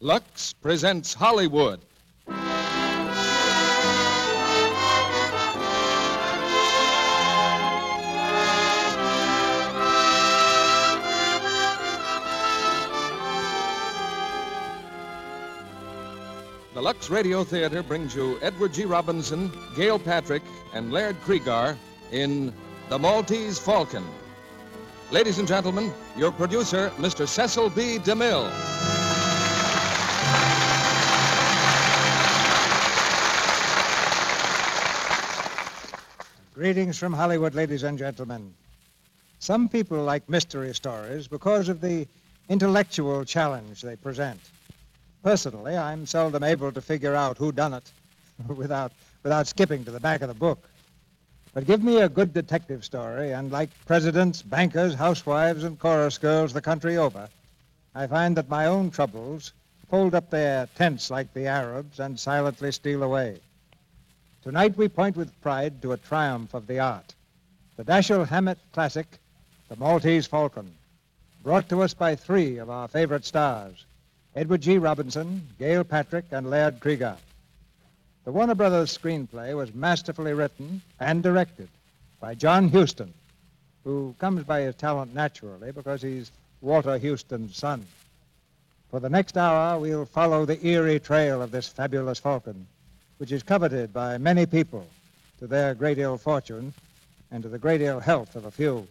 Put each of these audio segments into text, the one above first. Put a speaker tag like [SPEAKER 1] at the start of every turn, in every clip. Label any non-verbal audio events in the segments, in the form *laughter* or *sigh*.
[SPEAKER 1] Lux presents Hollywood. The Lux Radio Theater brings you Edward G. Robinson, Gail Patrick, and Laird Kriegar in The Maltese Falcon. Ladies and gentlemen, your producer, Mr. Cecil B. DeMille.
[SPEAKER 2] Greetings from Hollywood, ladies and gentlemen. Some people like mystery stories because of the intellectual challenge they present. Personally, I'm seldom able to figure out who done it *laughs* without without skipping to the back of the book. But give me a good detective story, and like presidents, bankers, housewives, and chorus girls the country over, I find that my own troubles fold up their tents like the Arabs and silently steal away. Tonight we point with pride to a triumph of the art. The Dashiell Hammett classic, The Maltese Falcon, brought to us by three of our favorite stars, Edward G. Robinson, Gail Patrick, and Laird Krieger. The Warner Brothers screenplay was masterfully written and directed by John Huston, who comes by his talent naturally because he's Walter Huston's son. For the next hour, we'll follow the eerie trail of this fabulous falcon, which is coveted by many people to their great ill fortune and to the great ill health of a few.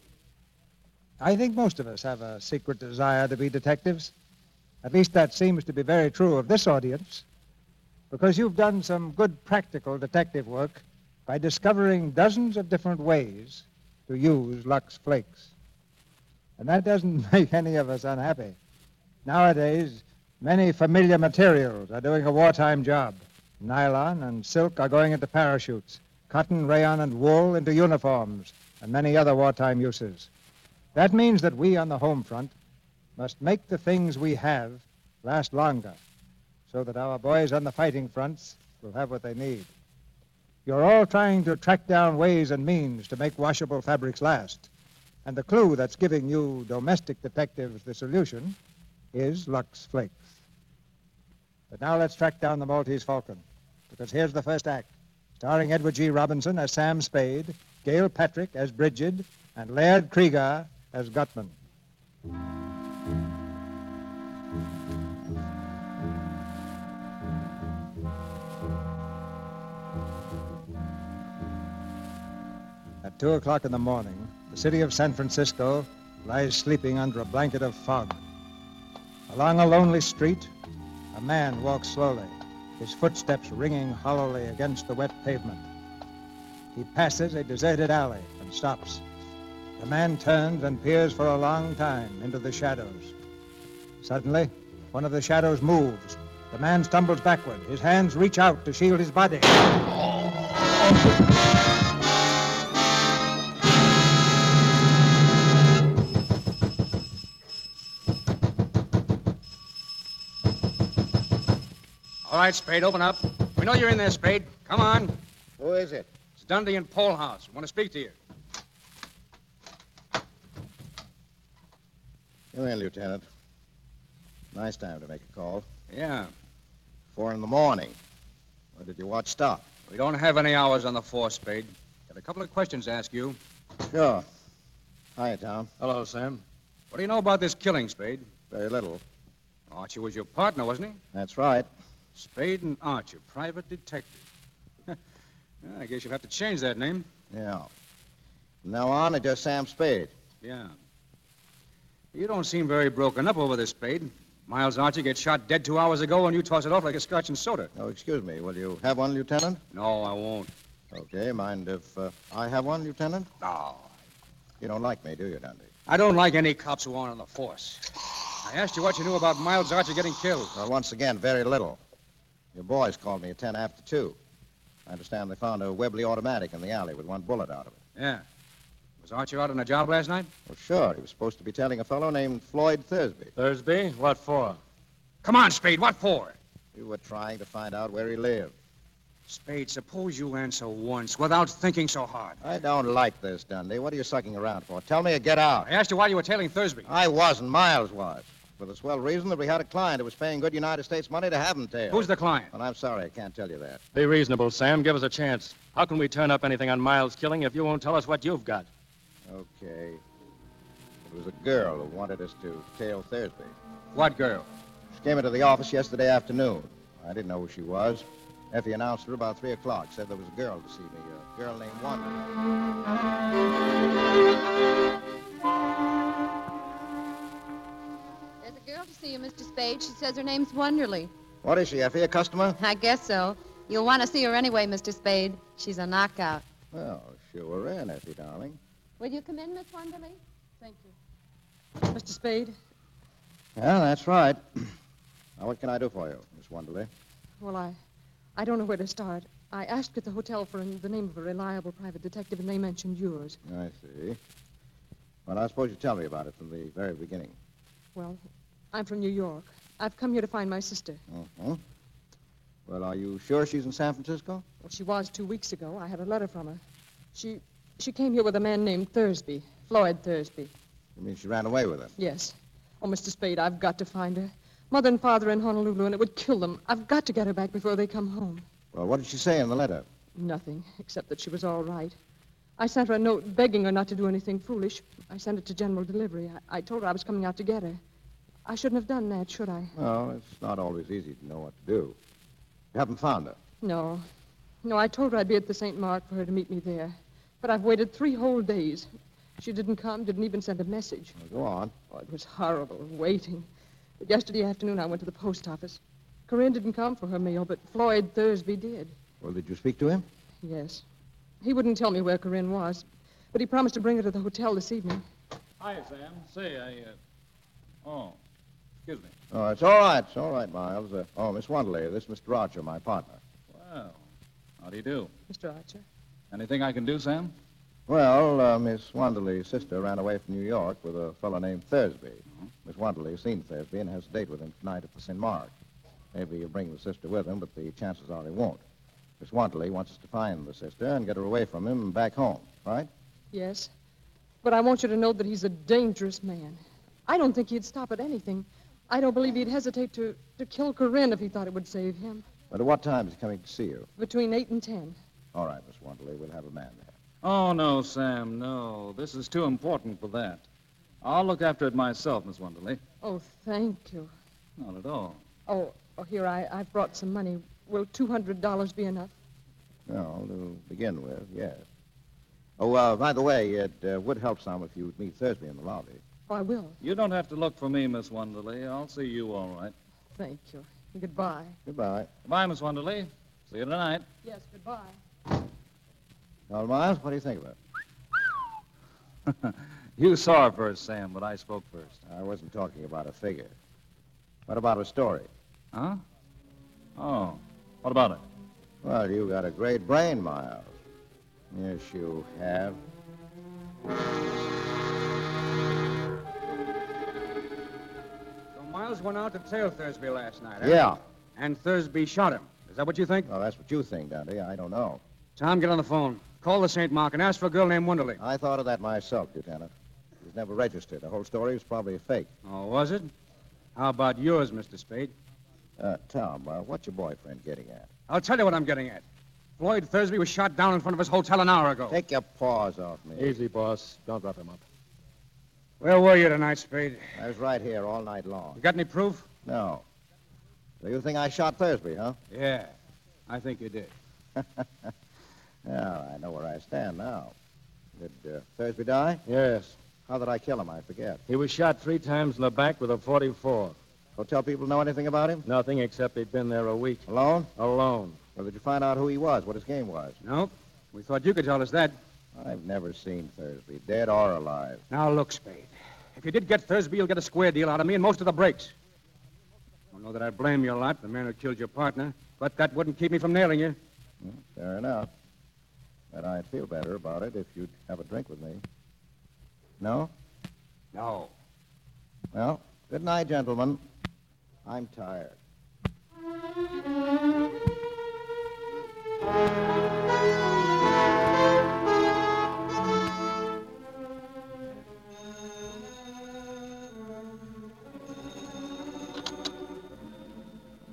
[SPEAKER 2] I think most of us have a secret desire to be detectives. At least that seems to be very true of this audience, because you've done some good practical detective work by discovering dozens of different ways to use Lux Flakes. And that doesn't *laughs* make any of us unhappy. Nowadays, many familiar materials are doing a wartime job. Nylon and silk are going into parachutes, cotton, rayon, and wool into uniforms, and many other wartime uses. That means that we on the home front must make the things we have last longer so that our boys on the fighting fronts will have what they need. You're all trying to track down ways and means to make washable fabrics last. And the clue that's giving you domestic detectives the solution is Lux Flakes. But now let's track down the Maltese Falcon, because here's the first act, starring Edward G. Robinson as Sam Spade, Gail Patrick as Bridget, and Laird Krieger as Gutman. At two o'clock in the morning, the city of San Francisco lies sleeping under a blanket of fog. Along a lonely street, a man walks slowly, his footsteps ringing hollowly against the wet pavement. He passes a deserted alley and stops. The man turns and peers for a long time into the shadows. Suddenly, one of the shadows moves. The man stumbles backward. His hands reach out to shield his body.
[SPEAKER 3] All right, Spade, open up. We know you're in there, Spade. Come on.
[SPEAKER 4] Who is it?
[SPEAKER 3] It's Dundee and Polehouse. We want to speak to you.
[SPEAKER 4] Come in, Lieutenant. Nice time to make a call.
[SPEAKER 3] Yeah.
[SPEAKER 4] Four in the morning. When did your watch stop?
[SPEAKER 3] We don't have any hours on the force, Spade. Got a couple of questions to ask you.
[SPEAKER 4] Sure. Hi, Tom.
[SPEAKER 3] Hello, Sam. What do you know about this killing, Spade?
[SPEAKER 4] Very little.
[SPEAKER 3] Archer was your partner, wasn't he?
[SPEAKER 4] That's right.
[SPEAKER 3] Spade and Archer, private detective. *laughs* I guess you'll have to change that name.
[SPEAKER 4] Yeah. From now on, it's just Sam Spade.
[SPEAKER 3] Yeah. You don't seem very broken up over this, Spade. Miles Archer gets shot dead two hours ago, and you toss it off like a scotch and soda.
[SPEAKER 4] Oh, excuse me. Will you have one, Lieutenant?
[SPEAKER 3] No, I won't.
[SPEAKER 4] Okay. Mind if uh, I have one, Lieutenant?
[SPEAKER 3] No.
[SPEAKER 4] You don't like me, do you, Dundee?
[SPEAKER 3] I don't like any cops who aren't on the force. I asked you what you knew about Miles Archer getting killed.
[SPEAKER 4] Well, once again, very little. Your boys called me at ten after two. I understand they found a Webley automatic in the alley with one bullet out of it.
[SPEAKER 3] Yeah. Was Archer out on a job last night?
[SPEAKER 4] Well, sure. He was supposed to be telling a fellow named Floyd Thursby.
[SPEAKER 5] Thursby? What for?
[SPEAKER 3] Come on, Spade, what for?
[SPEAKER 4] We were trying to find out where he lived.
[SPEAKER 3] Spade, suppose you answer once without thinking so hard.
[SPEAKER 4] I don't like this, Dundee. What are you sucking around for? Tell me or get out.
[SPEAKER 3] I asked you why you were tailing Thursby.
[SPEAKER 4] I wasn't. Miles was. For the swell reason that we had a client who was paying good United States money to have him tailed.
[SPEAKER 3] Who's the client?
[SPEAKER 4] Well, I'm sorry. I can't tell you that.
[SPEAKER 5] Be reasonable, Sam. Give us a chance. How can we turn up anything on Miles' killing if you won't tell us what you've got?
[SPEAKER 4] Okay. It was a girl who wanted us to tail Thursby.
[SPEAKER 3] What girl?
[SPEAKER 4] She came into the office yesterday afternoon. I didn't know who she was. Effie announced her about 3 o'clock, said there was a girl to see me, a girl named Wanda.
[SPEAKER 6] There's a girl to see you, Mr. Spade. She says her name's Wonderly.
[SPEAKER 4] What is she, Effie, a customer?
[SPEAKER 6] I guess so. You'll want to see her anyway, Mr. Spade. She's a knockout.
[SPEAKER 4] Well, sure in, Effie, darling.
[SPEAKER 6] Will you come in, Miss Wonderly? Thank you. Mr. Spade?
[SPEAKER 4] Yeah, that's right. *clears throat* now, what can I do for you, Miss Wonderley?
[SPEAKER 7] Well, I, I don't know where to start. I asked at the hotel for an- the name of a reliable private detective, and they mentioned yours.
[SPEAKER 4] I see. Well, I suppose you tell me about it from the very beginning.
[SPEAKER 7] Well, I'm from New York. I've come here to find my sister.
[SPEAKER 4] Mm-hmm. Well, are you sure she's in San Francisco?
[SPEAKER 7] Well, she was two weeks ago. I had a letter from her. She, she came here with a man named Thursby, Floyd Thursby.
[SPEAKER 4] You mean she ran away with him?
[SPEAKER 7] Yes. Oh, Mr. Spade, I've got to find her. Mother and father in Honolulu, and it would kill them. I've got to get her back before they come home.
[SPEAKER 4] Well, what did she say in the letter?
[SPEAKER 7] Nothing, except that she was all right. I sent her a note begging her not to do anything foolish. I sent it to General Delivery. I, I told her I was coming out to get her. I shouldn't have done that, should I?
[SPEAKER 4] Well, it's not always easy to know what to do. You haven't found her.
[SPEAKER 7] No. No, I told her I'd be at the St. Mark for her to meet me there. But I've waited three whole days. She didn't come, didn't even send a message.
[SPEAKER 4] Well, go on.
[SPEAKER 7] Oh, it was horrible, waiting. But yesterday afternoon, I went to the post office. Corinne didn't come for her mail, but Floyd Thursby did.
[SPEAKER 4] Well, did you speak to him?
[SPEAKER 7] Yes. He wouldn't tell me where Corinne was, but he promised to bring her to the hotel this evening.
[SPEAKER 5] Hi, Sam. Say, I. Uh... Oh, excuse me.
[SPEAKER 4] Oh, it's all right. It's all right, Miles. Uh, oh, Miss Wanderley, this is Mr. Roger, my partner.
[SPEAKER 5] Well, how do you do?
[SPEAKER 7] Mr. Archer.
[SPEAKER 5] Anything I can do, Sam?
[SPEAKER 4] Well, uh, Miss Wanderley's sister ran away from New York with a fellow named Thursby.
[SPEAKER 5] Mm-hmm.
[SPEAKER 4] Miss Wanderley's seen Thursby and has a date with him tonight at the St. Mark. Maybe he'll bring the sister with him, but the chances are he won't. Miss Wanderley wants us to find the sister and get her away from him and back home, right?
[SPEAKER 7] Yes. But I want you to know that he's a dangerous man. I don't think he'd stop at anything. I don't believe he'd hesitate to, to kill Corinne if he thought it would save him.
[SPEAKER 4] But at what time is he coming to see you?
[SPEAKER 7] Between 8 and 10.
[SPEAKER 4] All right, Miss Wanderley, we'll have a man there.
[SPEAKER 5] Oh, no, Sam, no. This is too important for that. I'll look after it myself, Miss Wonderley.
[SPEAKER 7] Oh, thank you.
[SPEAKER 5] Not at all.
[SPEAKER 7] Oh, oh here, I, I've brought some money. Will $200 be enough?
[SPEAKER 4] No, to begin with, yes. Oh, uh, by the way, it uh, would help some if you'd meet Thursby in the lobby.
[SPEAKER 7] Oh, I will.
[SPEAKER 5] You don't have to look for me, Miss Wonderley. I'll see you all right.
[SPEAKER 7] Thank you. Goodbye.
[SPEAKER 4] Goodbye.
[SPEAKER 5] Goodbye, Miss Wonderley. See you tonight.
[SPEAKER 7] Yes, goodbye.
[SPEAKER 4] Well, Miles, what do you think of it?
[SPEAKER 5] *laughs* You saw her first, Sam, but I spoke first.
[SPEAKER 4] I wasn't talking about a figure. What about her story?
[SPEAKER 5] Huh? Oh. What about it?
[SPEAKER 4] Well, you got a great brain, Miles. Yes, you have.
[SPEAKER 3] So Miles went out to tail Thursby last night, huh?
[SPEAKER 4] Yeah.
[SPEAKER 3] and Thursby shot him. Is that what you think?
[SPEAKER 4] Well, that's what you think, Dante. I don't know.
[SPEAKER 3] Tom, get on the phone. Call the St. Mark and ask for a girl named Wonderly.
[SPEAKER 4] I thought of that myself, Lieutenant. He's never registered. The whole story was probably a fake.
[SPEAKER 3] Oh, was it? How about yours, Mr. Spade?
[SPEAKER 4] Uh, Tom, uh, what's your boyfriend getting at?
[SPEAKER 3] I'll tell you what I'm getting at. Floyd Thursby was shot down in front of his hotel an hour ago.
[SPEAKER 4] Take your paws off me.
[SPEAKER 8] Easy, boss. Don't rough him up.
[SPEAKER 3] Where were you tonight, Spade?
[SPEAKER 4] I was right here all night long.
[SPEAKER 3] You got any proof?
[SPEAKER 4] No. So you think I shot Thursby, huh?
[SPEAKER 3] Yeah, I think you did.
[SPEAKER 4] well, I know where I stand now. Did uh, Thursby die?
[SPEAKER 8] Yes.
[SPEAKER 4] How did I kill him? I forget.
[SPEAKER 8] He was shot three times in the back with a 44.
[SPEAKER 4] Hotel people know anything about him?
[SPEAKER 8] Nothing except he'd been there a week.
[SPEAKER 4] Alone?
[SPEAKER 8] Alone.
[SPEAKER 4] Well, did you find out who he was, what his game was?
[SPEAKER 3] No. We thought you could tell us that.
[SPEAKER 4] I've never seen Thursby, dead or alive.
[SPEAKER 3] Now, look, Spade. If you did get Thursby, you'll get a square deal out of me and most of the breaks. I don't know that I blame you a lot, the man who killed your partner, but that wouldn't keep me from nailing you.
[SPEAKER 4] Well, fair enough. But I'd feel better about it if you'd have a drink with me. No?
[SPEAKER 3] No.
[SPEAKER 4] Well, good night, gentlemen. I'm tired.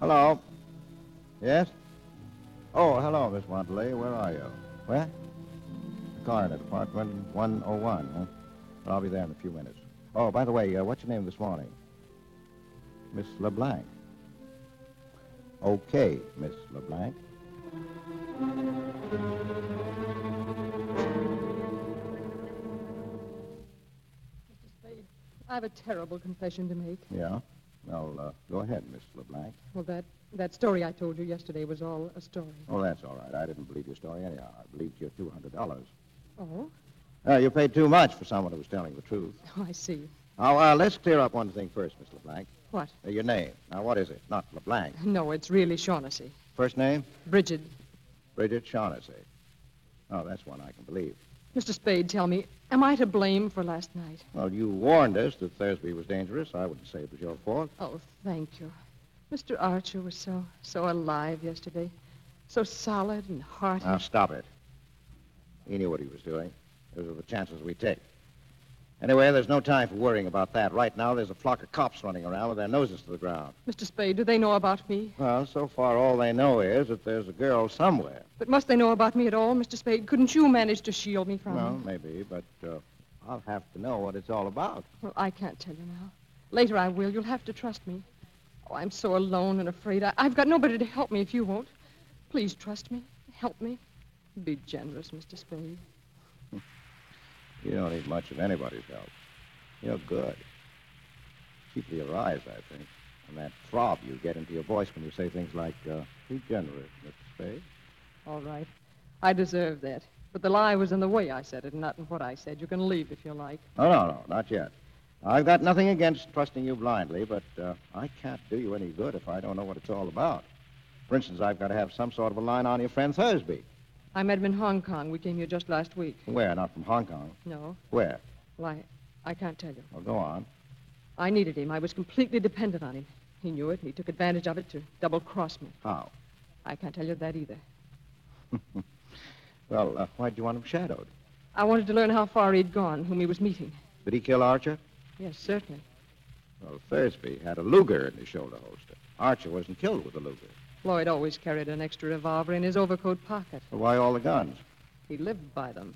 [SPEAKER 4] Hello. Yes? Oh, hello, Miss Wantley. Where are you? Where? The coroner's apartment 101, huh? Well, I'll be there in a few minutes. Oh, by the way, uh, what's your name this morning? Miss LeBlanc. Okay, Miss LeBlanc.
[SPEAKER 7] Mr. Spade, I have a terrible confession to make.
[SPEAKER 4] Yeah? Well, uh, go ahead, Miss LeBlanc.
[SPEAKER 7] Well, that, that story I told you yesterday was all a story.
[SPEAKER 4] Oh, that's all right. I didn't believe your story anyhow. I believed your $200.
[SPEAKER 7] Oh?
[SPEAKER 4] Uh, you paid too much for someone who was telling the truth.
[SPEAKER 7] Oh, I see.
[SPEAKER 4] Now, uh, let's clear up one thing first, Miss LeBlanc.
[SPEAKER 7] What?
[SPEAKER 4] Uh, your name. Now, what is it? Not LeBlanc.
[SPEAKER 7] No, it's really Shaughnessy.
[SPEAKER 4] First name?
[SPEAKER 7] Bridget.
[SPEAKER 4] Bridget Shaughnessy. Oh, that's one I can believe.
[SPEAKER 7] Mr. Spade, tell me, am I to blame for last night?
[SPEAKER 4] Well, you warned us that Thursby was dangerous. I wouldn't say it was your fault.
[SPEAKER 7] Oh, thank you. Mr. Archer was so, so alive yesterday. So solid and hearty.
[SPEAKER 4] Now, stop it. He knew what he was doing. Those are the chances we take. Anyway, there's no time for worrying about that. Right now, there's a flock of cops running around with their noses to the ground.
[SPEAKER 7] Mr. Spade, do they know about me?
[SPEAKER 4] Well, so far, all they know is that there's a girl somewhere.
[SPEAKER 7] But must they know about me at all, Mr. Spade? Couldn't you manage to shield me from
[SPEAKER 4] well,
[SPEAKER 7] them?
[SPEAKER 4] maybe, but uh, I'll have to know what it's all about.
[SPEAKER 7] Well, I can't tell you now. Later I will. You'll have to trust me. Oh, I'm so alone and afraid. I- I've got nobody to help me if you won't. Please trust me. Help me. Be generous, Mr. Spade.
[SPEAKER 4] You don't need much of anybody's help. You're good. Cheaply arise, I think. And that throb you get into your voice when you say things like, uh, be generous, Mr. Spade.
[SPEAKER 7] All right. I deserve that. But the lie was in the way I said it, not in what I said. You can leave if you like.
[SPEAKER 4] No, no, no, not yet. I've got nothing against trusting you blindly, but uh, I can't do you any good if I don't know what it's all about. For instance, I've got to have some sort of a line on your friend Thursby.
[SPEAKER 7] I met him in Hong Kong. We came here just last week.
[SPEAKER 4] Where? Not from Hong Kong.
[SPEAKER 7] No.
[SPEAKER 4] Where?
[SPEAKER 7] Well, I, I can't tell you.
[SPEAKER 4] Well, go on.
[SPEAKER 7] I needed him. I was completely dependent on him. He knew it, and he took advantage of it to double cross me.
[SPEAKER 4] How?
[SPEAKER 7] I can't tell you that either.
[SPEAKER 4] well, uh, why'd you want him shadowed?
[SPEAKER 7] I wanted to learn how far he'd gone, whom he was meeting.
[SPEAKER 4] Did he kill Archer?
[SPEAKER 7] Yes, certainly.
[SPEAKER 4] Well, Thursby had a Luger in his shoulder holster. Archer wasn't killed with a Luger.
[SPEAKER 7] Floyd always carried an extra revolver in his overcoat pocket.
[SPEAKER 4] Well, why all the guns?
[SPEAKER 7] He lived by them.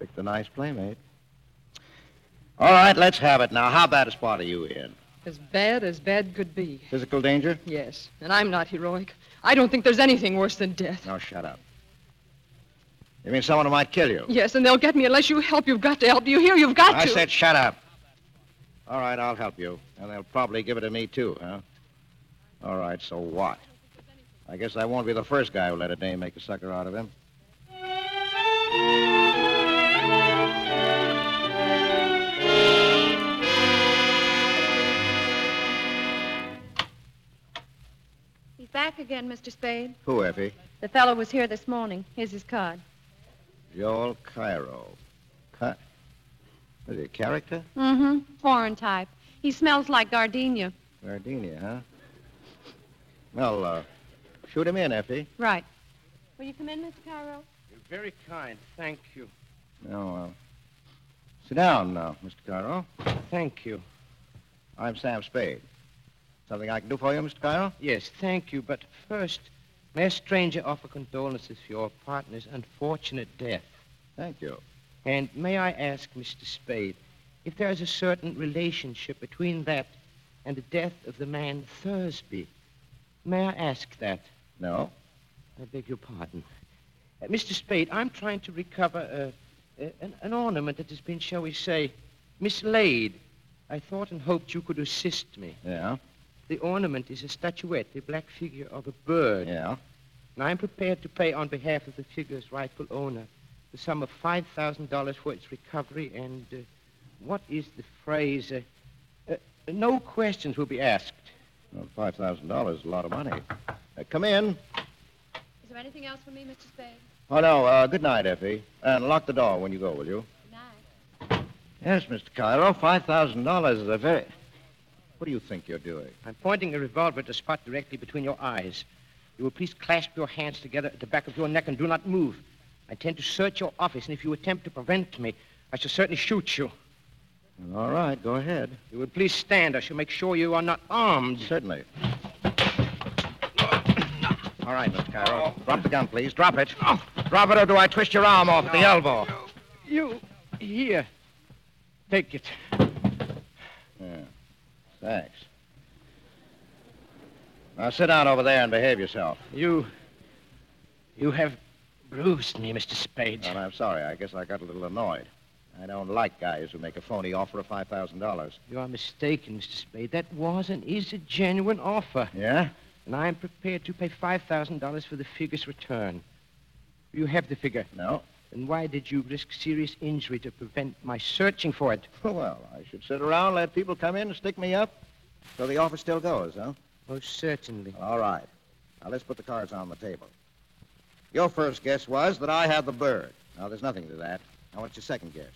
[SPEAKER 4] Picked a nice playmate. All right, let's have it now. How bad a spot are you in?
[SPEAKER 7] As bad as bad could be.
[SPEAKER 4] Physical danger?
[SPEAKER 7] Yes, and I'm not heroic. I don't think there's anything worse than death.
[SPEAKER 4] Now shut up. You mean someone who might kill you?
[SPEAKER 7] Yes, and they'll get me unless you help. You've got to help. Do you hear? You've got
[SPEAKER 4] I
[SPEAKER 7] to.
[SPEAKER 4] said shut up. All right, I'll help you. And they'll probably give it to me, too, huh? All right, so what? I guess I won't be the first guy who let a dame make a sucker out of him.
[SPEAKER 9] He's back again, Mr. Spade.
[SPEAKER 4] Who, Effie?
[SPEAKER 9] The fellow was here this morning. Here's his card.
[SPEAKER 4] Joel Cairo. Ca- Is he a character?
[SPEAKER 9] Mm-hmm. Foreign type. He smells like gardenia.
[SPEAKER 4] Gardenia, huh? Well, uh, shoot him in, Effie.
[SPEAKER 9] Right. Will you come in, Mr. Cairo?
[SPEAKER 10] You're very kind. Thank you.
[SPEAKER 4] No, uh, sit down now, Mr. Cairo.
[SPEAKER 10] Thank you.
[SPEAKER 4] I'm Sam Spade. Something I can do for you, Mr. Cairo?
[SPEAKER 10] Yes, thank you. But first, may a stranger offer condolences for your partner's unfortunate death?
[SPEAKER 4] Thank you.
[SPEAKER 10] And may I ask, Mr. Spade, if there is a certain relationship between that and the death of the man Thursby? May I ask that?
[SPEAKER 4] No.
[SPEAKER 10] I beg your pardon. Uh, Mr. Spade, I'm trying to recover uh, uh, an, an ornament that has been, shall we say, mislaid. I thought and hoped you could assist me.
[SPEAKER 4] Yeah?
[SPEAKER 10] The ornament is a statuette, a black figure of a bird.
[SPEAKER 4] Yeah?
[SPEAKER 10] And I'm prepared to pay on behalf of the figure's rightful owner the sum of $5,000 for its recovery and uh, what is the phrase? Uh, uh, no questions will be asked.
[SPEAKER 4] Well, $5,000 is a lot of money. Uh, come in.
[SPEAKER 9] Is there anything else for me, Mr. Spade?
[SPEAKER 4] Oh, no. Uh, good night, Effie. And lock the door when you go, will you?
[SPEAKER 9] Good night.
[SPEAKER 4] Yes, Mr. Cairo. $5,000 is a very. What do you think you're doing?
[SPEAKER 10] I'm pointing a revolver at a spot directly between your eyes. You will please clasp your hands together at the back of your neck and do not move. I intend to search your office, and if you attempt to prevent me, I shall certainly shoot you.
[SPEAKER 4] All right, go ahead.
[SPEAKER 10] You will please stand. I shall make sure you are not armed.
[SPEAKER 4] Certainly. All right, Mr. Cairo.
[SPEAKER 9] Oh.
[SPEAKER 4] Drop the gun, please. Drop it. Drop it, or do I twist your arm off at the elbow?
[SPEAKER 10] You, here. Take it.
[SPEAKER 4] Yeah. Thanks. Now sit down over there and behave yourself.
[SPEAKER 10] You. You have bruised me, Mr. Spade.
[SPEAKER 4] Well, I'm sorry. I guess I got a little annoyed. I don't like guys who make a phony offer of $5,000.
[SPEAKER 10] You are mistaken, Mr. Spade. That was and is a genuine offer.
[SPEAKER 4] Yeah?
[SPEAKER 10] And I am prepared to pay $5,000 for the figure's return. You have the figure.
[SPEAKER 4] No.
[SPEAKER 10] Then why did you risk serious injury to prevent my searching for it?
[SPEAKER 4] Well, I should sit around, let people come in, and stick me up. So the offer still goes, huh?
[SPEAKER 10] Most certainly.
[SPEAKER 4] All right. Now, let's put the cards on the table. Your first guess was that I had the bird. Now, there's nothing to that. Now, what's your second guess?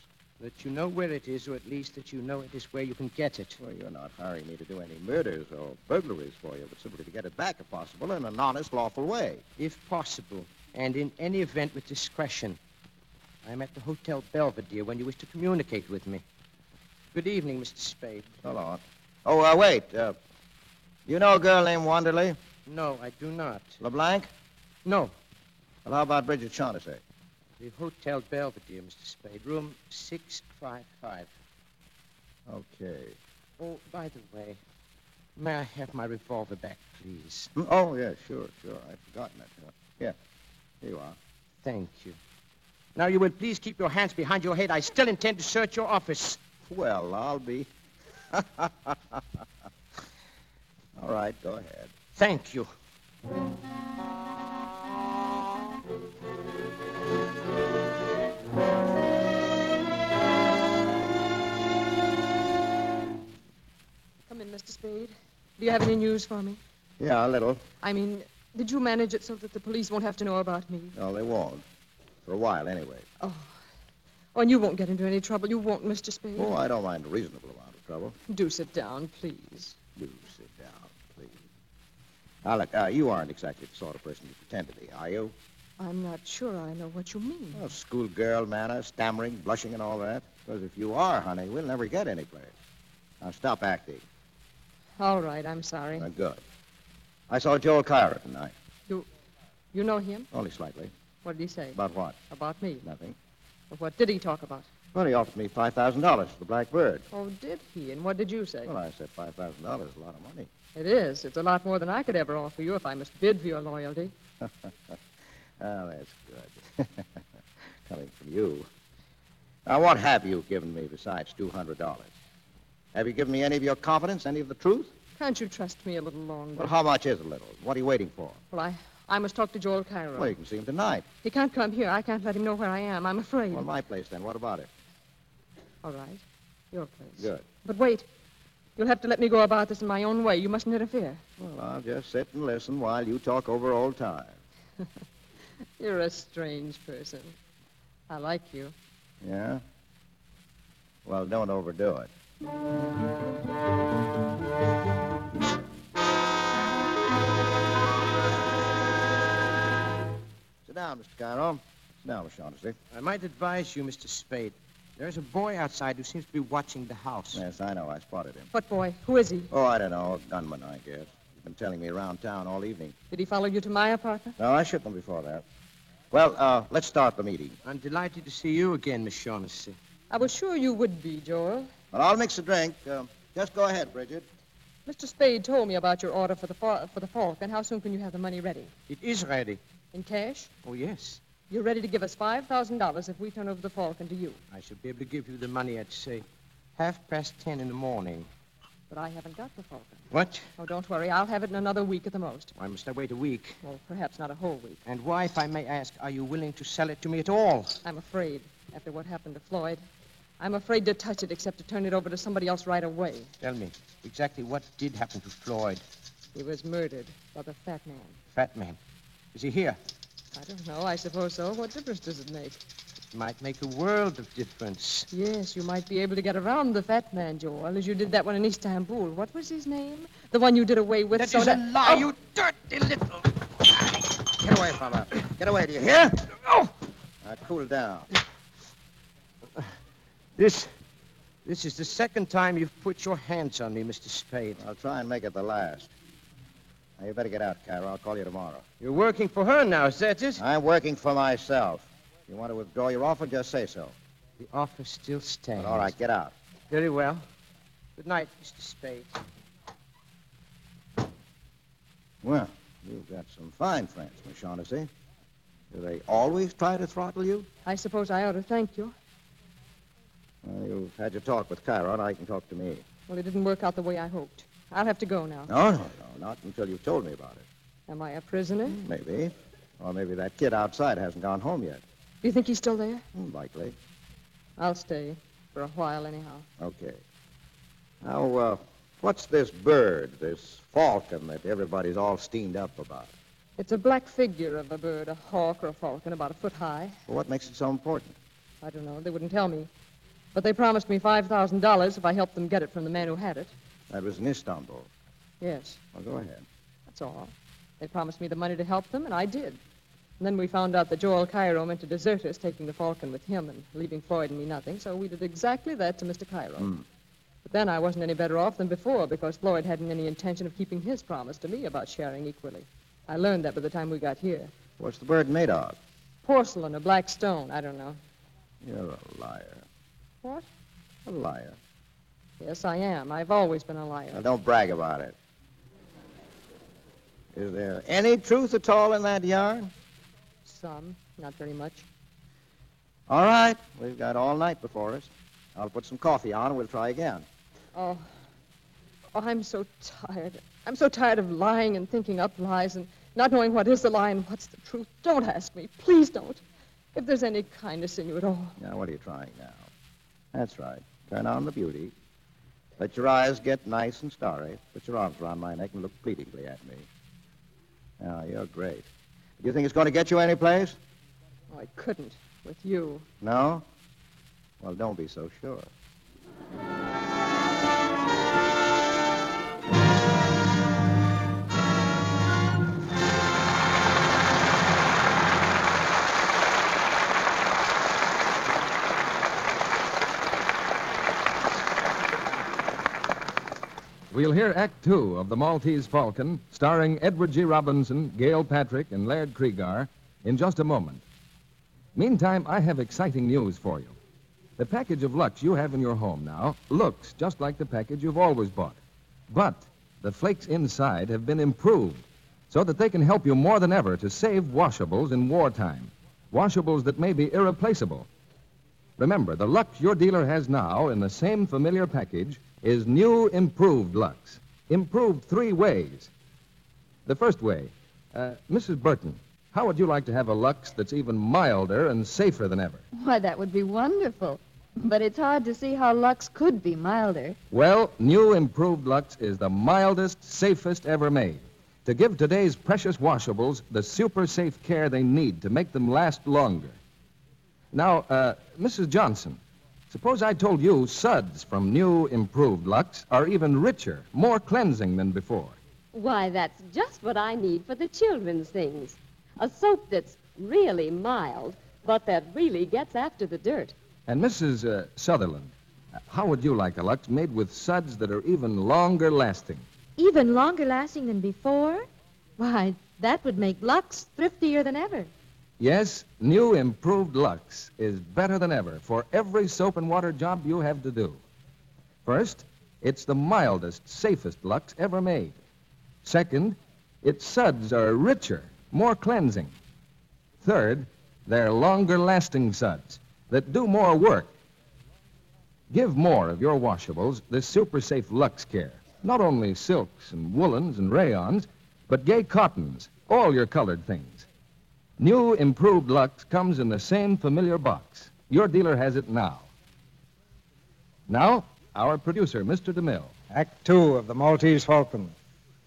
[SPEAKER 10] That you know where it is, or at least that you know it is where you can get it.
[SPEAKER 4] Well, you're not hiring me to do any murders or burglaries for you, but simply to get it back, if possible, in an honest, lawful way.
[SPEAKER 10] If possible, and in any event with discretion. I'm at the Hotel Belvedere when you wish to communicate with me. Good evening, Mr. Spade.
[SPEAKER 4] So long. Oh, uh, wait. Uh, you know a girl named Wanderley?
[SPEAKER 10] No, I do not.
[SPEAKER 4] LeBlanc?
[SPEAKER 10] No.
[SPEAKER 4] Well, how about Bridget Shaughnessy?
[SPEAKER 10] The Hotel Belvedere, Mr. Spade. Room 655.
[SPEAKER 4] Okay.
[SPEAKER 10] Oh, by the way, may I have my revolver back, please?
[SPEAKER 4] Hmm, Oh, yeah, sure, sure. I'd forgotten it. Uh, yeah. Here you are.
[SPEAKER 10] Thank you. Now, you will please keep your hands behind your head. I still intend to search your office.
[SPEAKER 4] Well, *laughs* I'll be. All right, go ahead.
[SPEAKER 10] Thank you.
[SPEAKER 7] Come in, Mr. Spade. Do you have any news for me?
[SPEAKER 4] Yeah, a little.
[SPEAKER 7] I mean, did you manage it so that the police won't have to know about me?
[SPEAKER 4] No, they won't. For a while, anyway.
[SPEAKER 7] Oh, and you won't get into any trouble. You won't, Mr. Spade.
[SPEAKER 4] Oh, I don't mind a reasonable amount of trouble.
[SPEAKER 7] Do sit down, please.
[SPEAKER 4] You sit down, please. Now, look, uh, you aren't exactly the sort of person you pretend to be, are you?
[SPEAKER 7] I'm not sure I know what you mean.
[SPEAKER 4] Oh, schoolgirl manner, stammering, blushing, and all that. Because if you are, honey, we'll never get anyplace. Now, stop acting.
[SPEAKER 7] All right, I'm sorry.
[SPEAKER 4] Now, Uh, good. I saw Joel Cairo tonight.
[SPEAKER 7] You know him?
[SPEAKER 4] Only slightly.
[SPEAKER 7] What did he say?
[SPEAKER 4] About what?
[SPEAKER 7] About me.
[SPEAKER 4] Nothing.
[SPEAKER 7] What did he talk about?
[SPEAKER 4] Well, he offered me $5,000 for the Blackbird.
[SPEAKER 7] Oh, did he? And what did you say?
[SPEAKER 4] Well, I said $5,000 is a lot of money. *laughs*
[SPEAKER 7] It is. It's a lot more than I could ever offer you if I must bid for your loyalty.
[SPEAKER 4] Oh, that's good. *laughs* Coming from you. Now, what have you given me besides $200? Have you given me any of your confidence, any of the truth?
[SPEAKER 7] Can't you trust me a little longer?
[SPEAKER 4] Well, how much is a little? What are you waiting for?
[SPEAKER 7] Well, I, I must talk to Joel Cairo.
[SPEAKER 4] Well, you can see him tonight.
[SPEAKER 7] He can't come here. I can't let him know where I am. I'm afraid.
[SPEAKER 4] Well, my place, then. What about it?
[SPEAKER 7] All right. Your place.
[SPEAKER 4] Good.
[SPEAKER 7] But wait. You'll have to let me go about this in my own way. You mustn't interfere.
[SPEAKER 4] Well, I'll just sit and listen while you talk over old times.
[SPEAKER 7] You're a strange person. I like you.
[SPEAKER 4] Yeah? Well, don't overdo it. down, Mr. Cairo. Sit down, Miss Shaughnessy.
[SPEAKER 11] I might advise you, Mr. Spade. There's a boy outside who seems to be watching the house.
[SPEAKER 4] Yes, I know. I spotted him.
[SPEAKER 7] What boy? Who is he?
[SPEAKER 4] Oh, I don't know. A gunman, I guess. He's been telling me around town all evening.
[SPEAKER 7] Did he follow you to my apartment?
[SPEAKER 4] No, I shook him before that. Well, uh, let's start the meeting.
[SPEAKER 11] I'm delighted to see you again, Miss Shaughnessy.
[SPEAKER 7] I was sure you would be, Joel.
[SPEAKER 4] Well, I'll mix a drink. Uh, just go ahead, Bridget.
[SPEAKER 7] Mr. Spade told me about your order for the fa- for the Falcon. How soon can you have the money ready?
[SPEAKER 11] It is ready.
[SPEAKER 7] In cash?
[SPEAKER 11] Oh, yes.
[SPEAKER 7] You're ready to give us five thousand dollars if we turn over the Falcon to you.
[SPEAKER 11] I shall be able to give you the money at, say, half past ten in the morning.
[SPEAKER 7] But I haven't got the Falcon.
[SPEAKER 11] What?
[SPEAKER 7] Oh, don't worry. I'll have it in another week at the most.
[SPEAKER 11] Why must I wait a week?
[SPEAKER 7] Well, perhaps not a whole week.
[SPEAKER 11] And why, if I may ask, are you willing to sell it to me at all?
[SPEAKER 7] I'm afraid, after what happened to Floyd, I'm afraid to touch it except to turn it over to somebody else right away.
[SPEAKER 11] Tell me, exactly what did happen to Floyd?
[SPEAKER 7] He was murdered by the fat man.
[SPEAKER 11] Fat man. Is he here?
[SPEAKER 7] I don't know. I suppose so. What difference does it make?
[SPEAKER 11] It might make a world of difference.
[SPEAKER 7] Yes, you might be able to get around the fat man, Joel, as you did that one in Istanbul. What was his name? The one you did away with.
[SPEAKER 11] That
[SPEAKER 7] so
[SPEAKER 11] is
[SPEAKER 7] that...
[SPEAKER 11] a lie,
[SPEAKER 7] Oh,
[SPEAKER 11] you dirty little.
[SPEAKER 4] Get away from her. Get away, do you hear?
[SPEAKER 11] Oh!
[SPEAKER 4] Now, cool down.
[SPEAKER 11] This. This is the second time you've put your hands on me, Mr. Spade.
[SPEAKER 4] I'll try and make it the last. Now, you better get out, Cairo. I'll call you tomorrow.
[SPEAKER 11] *coughs* You're working for her now, is that it?
[SPEAKER 4] I'm working for myself. If you want to withdraw your offer, just say so.
[SPEAKER 11] The offer still stands.
[SPEAKER 4] All right, get out.
[SPEAKER 11] Very well. Good night, Mr. Spade.
[SPEAKER 4] Well, you've got some fine friends, Miss Shaughnessy. Do they always try to throttle you?
[SPEAKER 7] I suppose I ought to thank you.
[SPEAKER 4] Well, you've had your talk with Cairo. Now you can talk to me.
[SPEAKER 7] Well, it didn't work out the way I hoped. I'll have to go now.
[SPEAKER 4] No, no, no. Not until you've told me about it.
[SPEAKER 7] Am I a prisoner?
[SPEAKER 4] Maybe. Or maybe that kid outside hasn't gone home yet.
[SPEAKER 7] Do you think he's still there?
[SPEAKER 4] Hmm, Likely.
[SPEAKER 7] I'll stay for a while, anyhow.
[SPEAKER 4] Okay. Now, uh, what's this bird, this falcon that everybody's all steamed up about?
[SPEAKER 7] It's a black figure of a bird, a hawk or a falcon, about a foot high.
[SPEAKER 4] Well, what makes it so important?
[SPEAKER 7] I don't know. They wouldn't tell me. But they promised me $5,000 if I helped them get it from the man who had it.
[SPEAKER 4] That was in Istanbul.
[SPEAKER 7] Yes,
[SPEAKER 4] Well, go ahead.
[SPEAKER 7] that's all. They promised me the money to help them, and I did. And then we found out that Joel Cairo meant to desert us, taking the Falcon with him and leaving Floyd and me nothing, so we did exactly that to Mr. Cairo.
[SPEAKER 4] Hmm.
[SPEAKER 7] But then I wasn't any better off than before because Floyd hadn't any intention of keeping his promise to me about sharing equally. I learned that by the time we got here.
[SPEAKER 4] What's the bird made of?
[SPEAKER 7] Porcelain or black stone, I don't know.
[SPEAKER 4] You're a liar.
[SPEAKER 7] What?
[SPEAKER 4] A liar.
[SPEAKER 7] Yes, I am. I've always been a liar.
[SPEAKER 4] Now, don't brag about it. Is there any truth at all in that yarn?
[SPEAKER 7] Some, not very much.
[SPEAKER 4] All right. We've got all night before us. I'll put some coffee on and we'll try again.
[SPEAKER 7] Oh. oh, I'm so tired. I'm so tired of lying and thinking up lies and not knowing what is the lie and what's the truth. Don't ask me. Please don't. If there's any kindness in you at all.
[SPEAKER 4] Now, what are you trying now? That's right. Turn on the beauty. Let your eyes get nice and starry. Put your arms around my neck and look pleadingly at me. Now, you're great. Do you think it's going to get you anyplace?
[SPEAKER 7] Oh, I couldn't with you.
[SPEAKER 4] No? Well, don't be so sure.
[SPEAKER 1] We'll hear Act Two of The Maltese Falcon, starring Edward G. Robinson, Gail Patrick, and Laird Kriegar, in just a moment. Meantime, I have exciting news for you. The package of Lux you have in your home now looks just like the package you've always bought. But the flakes inside have been improved so that they can help you more than ever to save washables in wartime, washables that may be irreplaceable. Remember, the Lux your dealer has now in the same familiar package is new improved Lux. Improved three ways. The first way, uh, Mrs. Burton, how would you like to have a Lux that's even milder and safer than ever?
[SPEAKER 12] Why, that would be wonderful. But it's hard to see how Lux could be milder.
[SPEAKER 1] Well, new improved Lux is the mildest, safest ever made. To give today's precious washables the super safe care they need to make them last longer. Now, uh, Mrs. Johnson, suppose I told you suds from new improved Lux are even richer, more cleansing than before.
[SPEAKER 13] Why, that's just what I need for the children's things. A soap that's really mild, but that really gets after the dirt.
[SPEAKER 1] And Mrs. Uh, Sutherland, uh, how would you like a Lux made with suds that are even longer lasting?
[SPEAKER 13] Even longer lasting than before? Why, that would make Lux thriftier than ever.
[SPEAKER 1] Yes, new improved Lux is better than ever for every soap and water job you have to do. First, it's the mildest, safest Lux ever made. Second, its suds are richer, more cleansing. Third, they're longer lasting suds that do more work. Give more of your washables the super safe Lux Care. Not only silks and woolens and rayons, but gay cottons, all your colored things. New improved Lux comes in the same familiar box. Your dealer has it now. Now, our producer, Mr. DeMille.
[SPEAKER 2] Act two of The Maltese Falcon,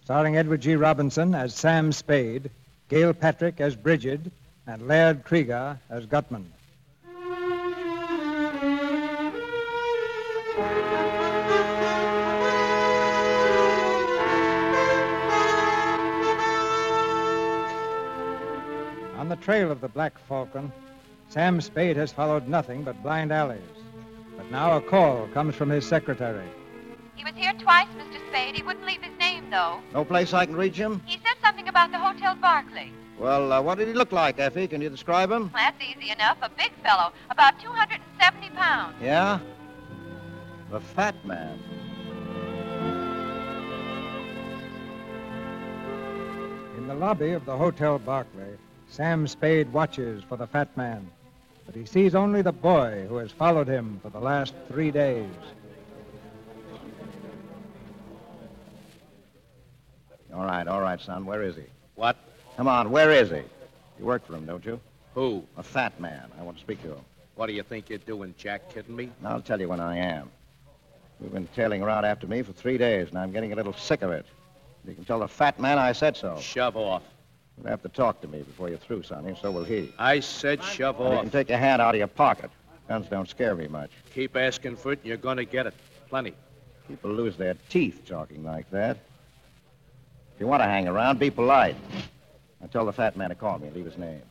[SPEAKER 2] starring Edward G. Robinson as Sam Spade, Gail Patrick as Bridget, and Laird Krieger as Gutman. On the trail of the Black Falcon, Sam Spade has followed nothing but blind alleys. But now a call comes from his secretary.
[SPEAKER 14] He was here twice, Mr. Spade. He wouldn't leave his name, though.
[SPEAKER 4] No place I can reach him?
[SPEAKER 14] He said something about the Hotel Barclay.
[SPEAKER 4] Well, uh, what did he look like, Effie? Can you describe him?
[SPEAKER 14] Well, that's easy enough. A big fellow, about 270 pounds.
[SPEAKER 4] Yeah? The fat man.
[SPEAKER 2] In the lobby of the Hotel Barclay, Sam Spade watches for the fat man. But he sees only the boy who has followed him for the last three days.
[SPEAKER 4] All right, all right, son. Where is he?
[SPEAKER 15] What?
[SPEAKER 4] Come on, where is he? You work for him, don't you?
[SPEAKER 15] Who?
[SPEAKER 4] A fat man. I want to speak to him.
[SPEAKER 15] What do you think you're doing, Jack? Kidding me?
[SPEAKER 4] I'll tell you when I am. You've been tailing around after me for three days, and I'm getting a little sick of it. You can tell the fat man I said so.
[SPEAKER 15] Shove off.
[SPEAKER 4] You'll have to talk to me before you're through, Sonny, and so will he.
[SPEAKER 15] I said shove
[SPEAKER 4] And you
[SPEAKER 15] off.
[SPEAKER 4] can take your hand out of your pocket. Guns don't scare me much.
[SPEAKER 15] Keep asking for it, and you're going to get it. Plenty.
[SPEAKER 4] People lose their teeth talking like that. If you want to hang around, be polite. I tell the fat man to call me and leave his name.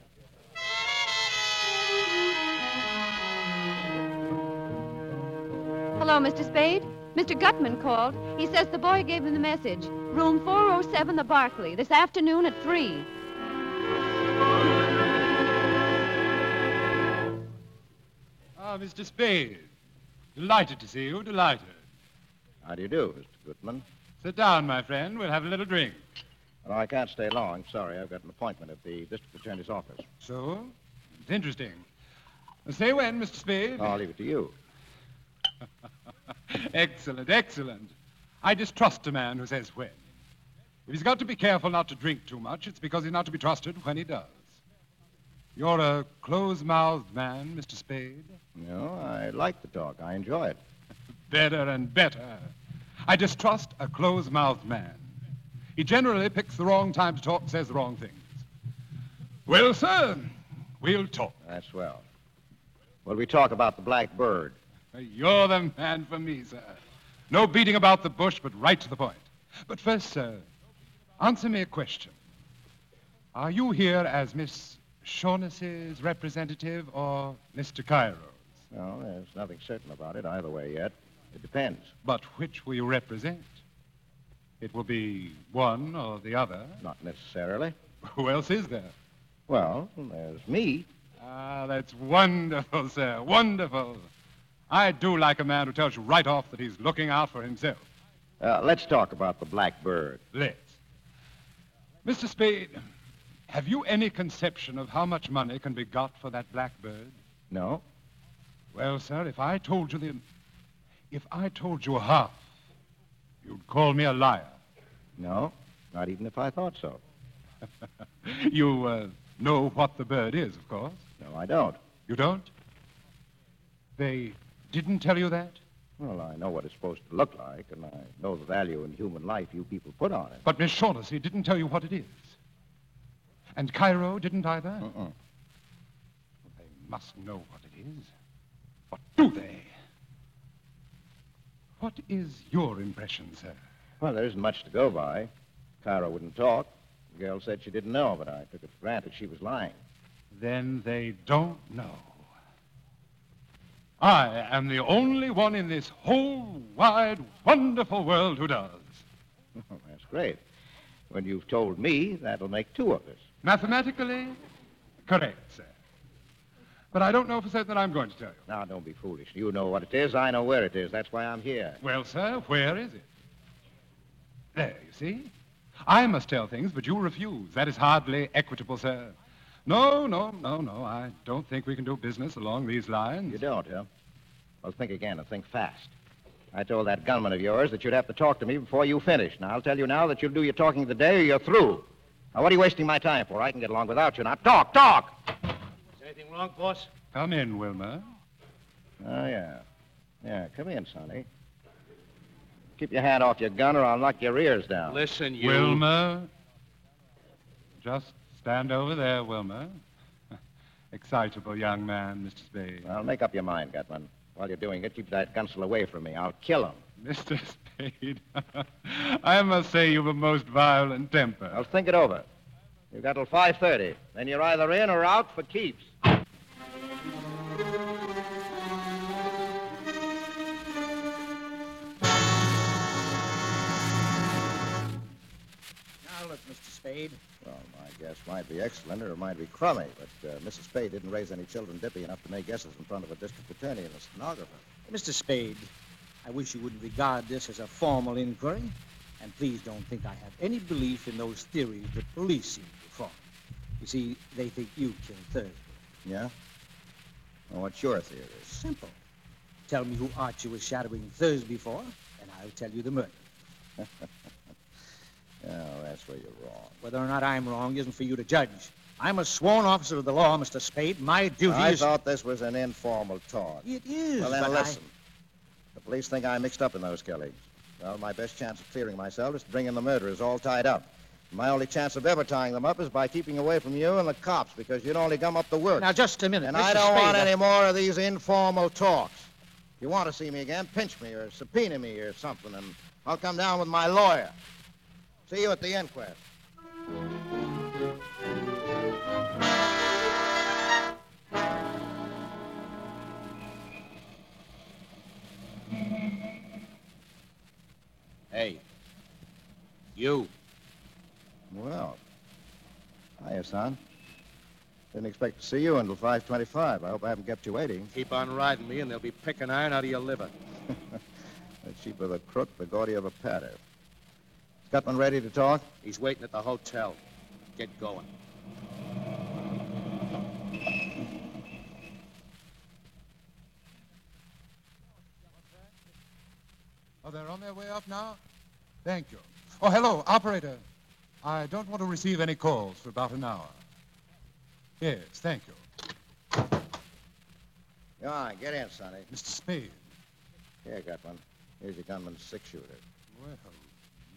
[SPEAKER 9] Hello, Mr. Spade. Mr. Gutman called. He says the boy gave him the message. Room 407, the Barclay, this afternoon at 3.
[SPEAKER 16] Ah, Mr. Spade. Delighted to see you, delighted.
[SPEAKER 4] How do you do, Mr. Goodman?
[SPEAKER 16] Sit down, my friend. We'll have a little drink.
[SPEAKER 4] Well, I can't stay long. Sorry, I've got an appointment at the district attorney's office.
[SPEAKER 16] So? It's interesting. Say when, Mr. Spade.
[SPEAKER 4] I'll leave it to you.
[SPEAKER 16] *laughs* Excellent, excellent. I distrust a man who says when. If he's got to be careful not to drink too much, it's because he's not to be trusted when he does. You're a close-mouthed man, Mr. Spade.
[SPEAKER 4] No, I like the talk. I enjoy it.
[SPEAKER 16] *laughs* Better and better. I distrust a close-mouthed man. He generally picks the wrong time to talk, says the wrong things. Well, sir, we'll talk.
[SPEAKER 4] That's well. Well, we talk about the black bird.
[SPEAKER 16] You're the man for me, sir. No beating about the bush, but right to the point. But first, sir, answer me a question. Are you here as Miss Shaughnessy's representative or Mr. Cairo?
[SPEAKER 4] No, there's nothing certain about it either way yet. It depends.
[SPEAKER 16] But which will you represent? It will be one or the other.
[SPEAKER 4] Not necessarily.
[SPEAKER 16] Who else is there?
[SPEAKER 4] Well, there's me.
[SPEAKER 16] Ah, that's wonderful, sir. Wonderful. I do like a man who tells you right off that he's looking out for himself.
[SPEAKER 4] Uh, let's talk about the black bird.
[SPEAKER 16] Let's. Mr. Spade, have you any conception of how much money can be got for that blackbird?
[SPEAKER 4] No?
[SPEAKER 16] Well, sir, if I told you the. If I told you half, you'd call me a liar.
[SPEAKER 4] No? Not even if I thought so.
[SPEAKER 16] You uh, know what the bird is, of course.
[SPEAKER 4] No, I don't.
[SPEAKER 16] You don't? They didn't tell you that?
[SPEAKER 4] Well, I know what it's supposed to look like, and I know the value in human life you people put on it.
[SPEAKER 16] But Miss Shaughnessy didn't tell you what it is. And Cairo didn't either?
[SPEAKER 4] Uh-uh.
[SPEAKER 16] They must know what it is. What do they? What is your impression, sir?
[SPEAKER 4] Well, there isn't much to go by. Cairo wouldn't talk. The girl said she didn't know, but I took it for granted she was lying.
[SPEAKER 16] Then they don't know. I am the only one in this whole wide, wonderful world who does.
[SPEAKER 4] *laughs* That's great. When you've told me, that'll make two of us.
[SPEAKER 16] Mathematically, correct, sir. But I don't know for certain that I'm going to tell you.
[SPEAKER 4] Now, don't be foolish. You know what it is. I know where it is. That's why I'm here.
[SPEAKER 16] Well, sir, where is it? There, you see? I must tell things, but you refuse. That is hardly equitable, sir. No, no, no, no. I don't think we can do business along these lines.
[SPEAKER 4] You don't, huh? Well, think again and think fast. I told that gunman of yours that you'd have to talk to me before you finished. Now, I'll tell you now that you'll do your talking today or you're through. Now, what are you wasting my time for? I can get along without you. Now, talk, talk!
[SPEAKER 8] Is anything wrong, boss?
[SPEAKER 16] Come in, Wilmer.
[SPEAKER 4] Oh, yeah. Yeah, come in, Sonny. Keep your hand off your gun or I'll knock your ears down.
[SPEAKER 15] Listen, you.
[SPEAKER 16] Wilmer. *laughs* Just stand over there, Wilmer. *laughs* Excitable young man, Mr. Spade.
[SPEAKER 4] Well, make up your mind, Gutman. While you're doing it, keep that gunsel away from me. I'll kill him.
[SPEAKER 16] Mr. Spade, *laughs* I must say you've a most violent temper.
[SPEAKER 4] Well, think it over. You've got till 5.30. Then you're either in or out for keeps.
[SPEAKER 11] Now look, Mr. Spade.
[SPEAKER 4] Well, my guess might be excellent or it might be crummy, but uh, Mrs. Spade didn't raise any children dippy enough to make guesses in front of a district attorney and a stenographer.
[SPEAKER 11] Mr. Spade, I wish you wouldn't regard this as a formal inquiry, and please don't think I have any belief in those theories that police seem to form. You see, they think you killed Thursby.
[SPEAKER 4] Yeah? Well, what's your theory?
[SPEAKER 11] Simple. Tell me who Archie was shadowing Thursby for, and I'll tell you the
[SPEAKER 4] *laughs*
[SPEAKER 11] murder.
[SPEAKER 4] Oh, that's where you're wrong.
[SPEAKER 11] Whether or not I'm wrong isn't for you to judge. I'm a sworn officer of the law, Mr. Spade. My duty
[SPEAKER 4] I
[SPEAKER 11] is.
[SPEAKER 4] thought this was an informal talk.
[SPEAKER 11] It is.
[SPEAKER 4] well, then
[SPEAKER 11] but I-
[SPEAKER 4] listen. The police think I'm mixed up in those killings. Well, my best chance of clearing myself is to bring in the murderers all tied up. My only chance of ever tying them up is by keeping away from you and the cops because you'd only gum up the works.
[SPEAKER 11] Now, just a minute.
[SPEAKER 4] and
[SPEAKER 11] Mr.
[SPEAKER 4] I don't
[SPEAKER 11] Spade,
[SPEAKER 4] want
[SPEAKER 11] I-
[SPEAKER 4] any more of these informal talks. If you want to see me again, pinch me or subpoena me or something, and I'll come down with my lawyer. See you at the inquest.
[SPEAKER 15] Hey. You.
[SPEAKER 4] Well, hiya, son. Didn't expect to see you until 5:25. I hope I haven't kept you waiting.
[SPEAKER 15] Keep on riding me, and they'll be picking iron out of your liver.
[SPEAKER 4] The cheaper the crook, the gaudier the patter. Scotland ready to talk?
[SPEAKER 15] He's waiting at the hotel. Get going.
[SPEAKER 16] Oh, they're on their way up now? Thank you. Oh, hello, operator. I don't want to receive any calls for about an hour. Yes, thank you.
[SPEAKER 4] Come on, get in, Sonny.
[SPEAKER 16] Mr. Spade.
[SPEAKER 4] Here, Gutman. Here's your gunman's six-shooter.
[SPEAKER 16] Well,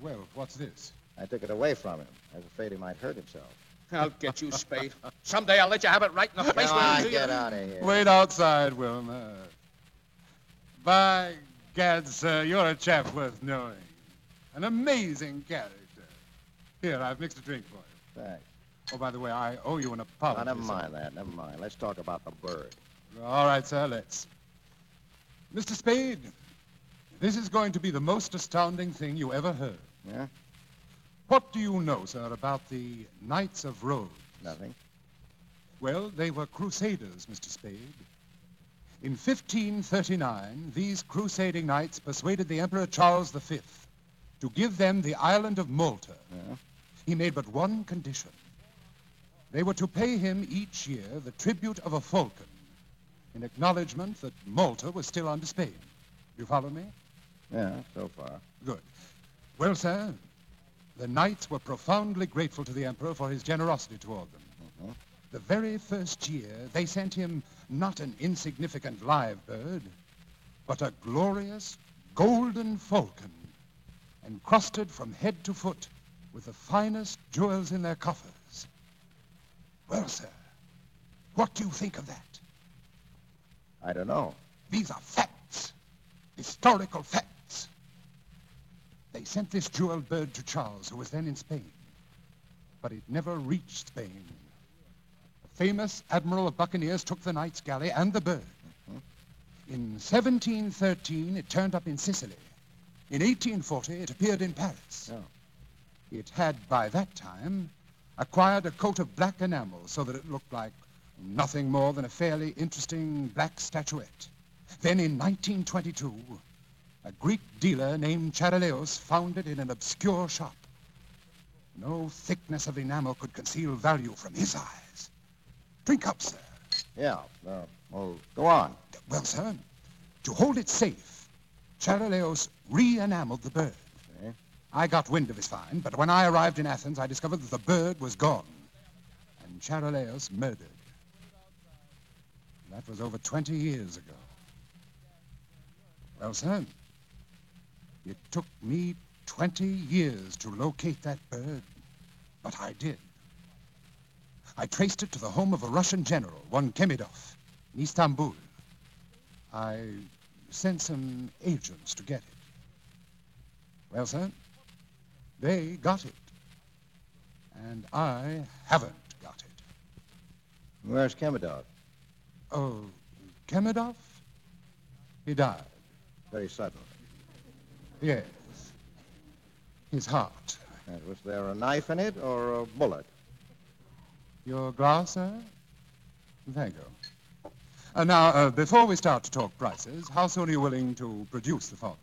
[SPEAKER 16] well, what's this?
[SPEAKER 4] I took it away from him. I was afraid he might hurt himself.
[SPEAKER 16] *laughs*
[SPEAKER 15] I'll get you, Spade. Someday I'll let you have it right in the face.
[SPEAKER 4] Now,
[SPEAKER 15] where
[SPEAKER 4] I
[SPEAKER 15] you do
[SPEAKER 4] get
[SPEAKER 15] your-
[SPEAKER 4] out of here.
[SPEAKER 16] Wait outside, Wilmer. By gad, sir, you're a chap worth knowing. An amazing character. Here, I've mixed a drink for you.
[SPEAKER 4] Thanks.
[SPEAKER 16] Oh, by the way, I owe you an
[SPEAKER 4] Now,
[SPEAKER 16] apology.
[SPEAKER 4] Oh, never
[SPEAKER 16] sir.
[SPEAKER 4] mind that. Never mind. Let's talk about the bird.
[SPEAKER 16] All right, sir, let's. Mr. Spade, this is going to be the most astounding thing you ever heard.
[SPEAKER 4] Yeah?
[SPEAKER 16] What do you know, sir, about the Knights of Rhodes?
[SPEAKER 4] Nothing.
[SPEAKER 16] Well, they were crusaders, Mr. Spade. In 1539, these crusading knights persuaded the Emperor Charles V to give them the island of Malta.
[SPEAKER 4] Yeah?
[SPEAKER 16] He made but one condition. They were to pay him each year the tribute of a falcon in acknowledgement that Malta was still under Spain. You follow me?
[SPEAKER 4] Yeah, so far.
[SPEAKER 16] Good. Well, sir, the knights were profoundly grateful to the emperor for his generosity toward them.
[SPEAKER 4] Mhm.
[SPEAKER 16] The very first year, they sent him not an insignificant live bird, but a glorious golden falcon, encrusted from head to foot with the finest jewels in their coffers. Well, sir, what do you think of that?
[SPEAKER 4] I don't know.
[SPEAKER 16] These are facts, historical facts. They sent this jeweled bird to Charles, who was then in Spain. But it never reached Spain. A famous admiral of buccaneers took the Knight's galley and the bird. In 1713, it turned up in Sicily. In 1840, it appeared in Paris. It had, by that time, acquired a coat of black enamel so that it looked like nothing more than a fairly interesting black statuette. Then in 1922, a Greek dealer named Charaleos found it in an obscure shop. No thickness of enamel could conceal value from his eyes. Drink up, sir.
[SPEAKER 4] Yeah, uh, well, go on.
[SPEAKER 16] Well, sir, to hold it safe, Charaleos re-enameled the bird. I got wind of his find, but when I arrived in Athens, I discovered that the bird was gone and Charaleos murdered. That was over 20 years ago. Well, sir, it took me 20 years to locate that bird, but I did. I traced it to the home of a Russian general, one Kemidov, in Istanbul. I sent some agents to get it. Well, sir, they got it. And I haven't got it.
[SPEAKER 4] Where's Kamadov?
[SPEAKER 16] Oh, Kemidov? He died.
[SPEAKER 4] Very suddenly.
[SPEAKER 16] Yes. His heart.
[SPEAKER 4] And was there a knife in it or a bullet?
[SPEAKER 16] Your glass, sir? Thank you. Uh, now, uh, before we start to talk prices, how soon are you willing to produce the falcon?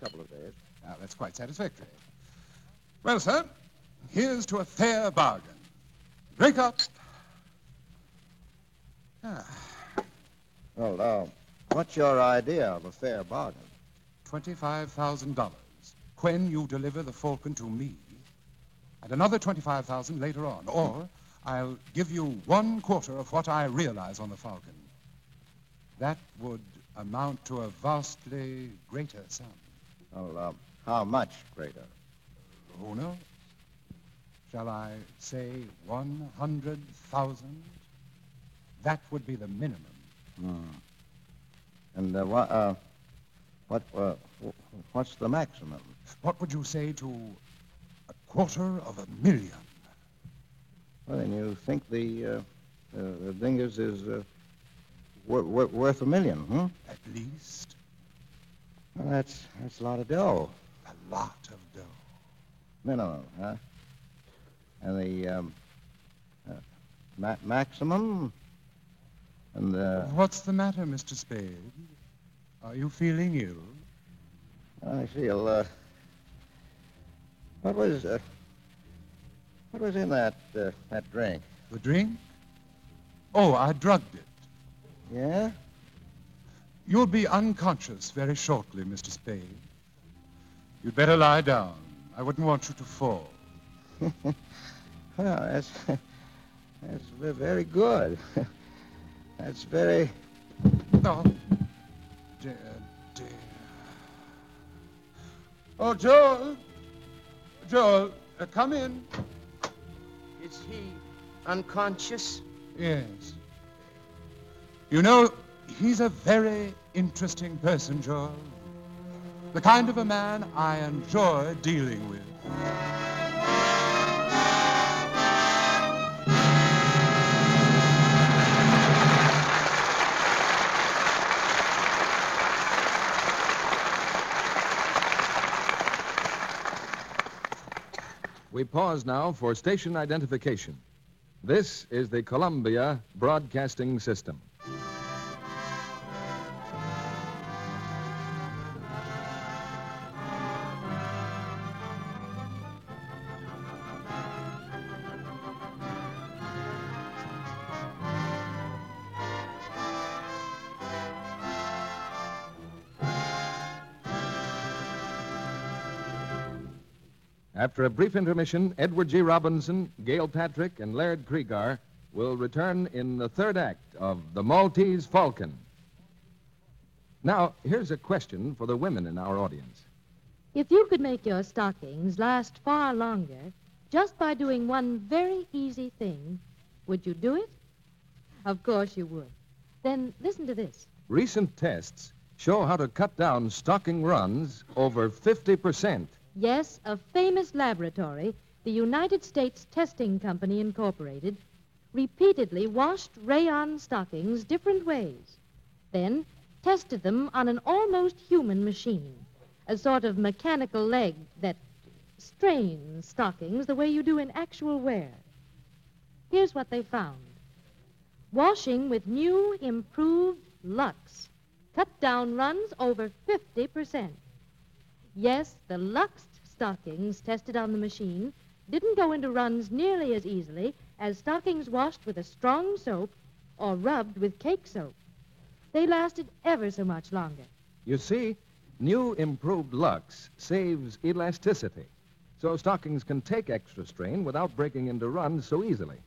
[SPEAKER 4] A couple of days.
[SPEAKER 16] Now, that's quite satisfactory. Well, sir, here's to a fair bargain. Drink up. Ah,
[SPEAKER 4] Well, uh, what's your idea of a fair bargain?
[SPEAKER 16] $25,000 when you deliver the falcon to me, and another 25000 later on, or I'll give you one quarter of what I realize on the falcon. That would amount to a vastly greater sum.
[SPEAKER 4] Well, uh, how much greater?
[SPEAKER 16] Who knows? Shall I say 100,000? That would be the minimum.
[SPEAKER 4] Hmm. And uh, what, uh, what, uh, wh- what's the maximum?
[SPEAKER 16] What would you say to a quarter of a million?
[SPEAKER 4] Well, then you think the, uh, uh, the dingus is uh, wor- wor- worth a million, hmm?
[SPEAKER 16] At least
[SPEAKER 4] Well, that's, that's a lot of dough.
[SPEAKER 16] a lot of dough.
[SPEAKER 4] Minimum, huh? And the um, uh, ma- maximum? And uh,
[SPEAKER 16] What's the matter, Mr. Spade? Are you feeling ill?
[SPEAKER 4] I feel. Uh, what was uh, what was in that uh, that drink?
[SPEAKER 16] The drink? Oh, I drugged it.
[SPEAKER 4] Yeah.
[SPEAKER 16] You'll be unconscious very shortly, Mr. Spade. You'd better lie down. I wouldn't want you to fall.
[SPEAKER 4] *laughs*
[SPEAKER 16] *laughs*
[SPEAKER 4] well, that's that's ve- very good. *laughs* that's very.
[SPEAKER 16] Oh, dear, dear. Oh, Joel. Joel, uh, come in.
[SPEAKER 17] Is he unconscious?
[SPEAKER 16] Yes. You know, he's a very interesting person, George. The kind of a man I enjoy dealing with.
[SPEAKER 1] We pause now for station identification. This is the Columbia Broadcasting System. After a brief intermission, Edward G. Robinson, Gail Patrick, and Laird Kriegar will return in the third act of The Maltese Falcon. Now, here's a question for the women in our audience.
[SPEAKER 13] If you could make your stockings last far longer just by doing one very easy thing, would you do it? Of course you would. Then listen to this.
[SPEAKER 1] Recent tests show how to cut down stocking runs over 50%.
[SPEAKER 13] Yes, a famous laboratory, the United States Testing Company Incorporated, repeatedly washed rayon stockings different ways, then tested them on an almost human machine, a sort of mechanical leg that strains stockings the way you do in actual wear. Here's what they found washing with new, improved Lux cut down runs over 50%. Yes, the Lux stockings tested on the machine didn't go into runs nearly as easily as stockings washed with a strong soap or rubbed with cake soap. They lasted ever so much longer.
[SPEAKER 1] You see, new improved Lux saves elasticity, so stockings can take extra strain without breaking into runs so easily.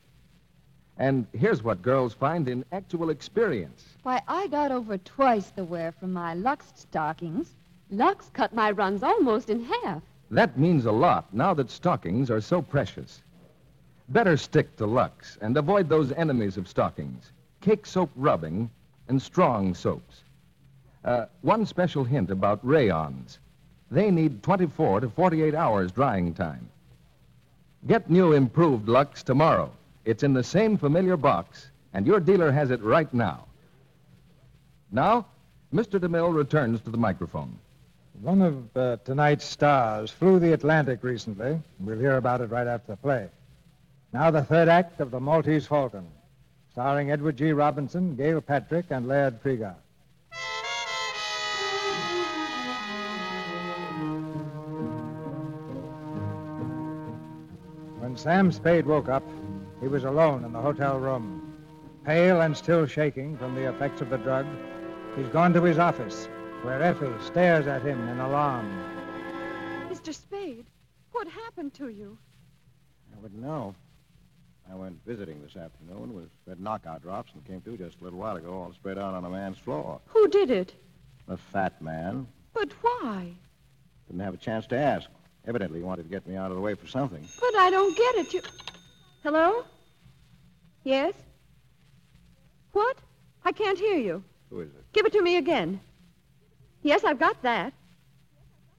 [SPEAKER 1] And here's what girls find in actual experience.
[SPEAKER 18] Why, I got over twice the wear from my Lux stockings.
[SPEAKER 9] Lux cut my runs almost in half.
[SPEAKER 1] That means a lot now that stockings are so precious. Better stick to Lux and avoid those enemies of stockings cake soap rubbing and strong soaps. Uh, one special hint about rayons they need 24 to 48 hours drying time. Get new improved Lux tomorrow. It's in the same familiar box, and your dealer has it right now. Now, Mr. DeMille returns to the microphone.
[SPEAKER 2] One of uh, tonight's stars flew the Atlantic recently. We'll hear about it right after the play. Now, the third act of The Maltese Falcon, starring Edward G. Robinson, Gail Patrick, and Laird Krieger. When Sam Spade woke up, he was alone in the hotel room. Pale and still shaking from the effects of the drug, he's gone to his office, where Effie stares at him in alarm.
[SPEAKER 7] Mr. Spade, what happened to you?
[SPEAKER 4] I wouldn't know. I went visiting this afternoon with that knockout drops and came to just a little while ago, all spread out on a man's floor.
[SPEAKER 7] Who did it?
[SPEAKER 4] The fat man.
[SPEAKER 7] But why?
[SPEAKER 4] Didn't have a chance to ask. Evidently, he wanted to get me out of the way for something.
[SPEAKER 7] But I don't get it. You.
[SPEAKER 9] Hello? Yes? What? I can't hear you.
[SPEAKER 4] Who is it?
[SPEAKER 9] Give it to me again. Yes, I've got that.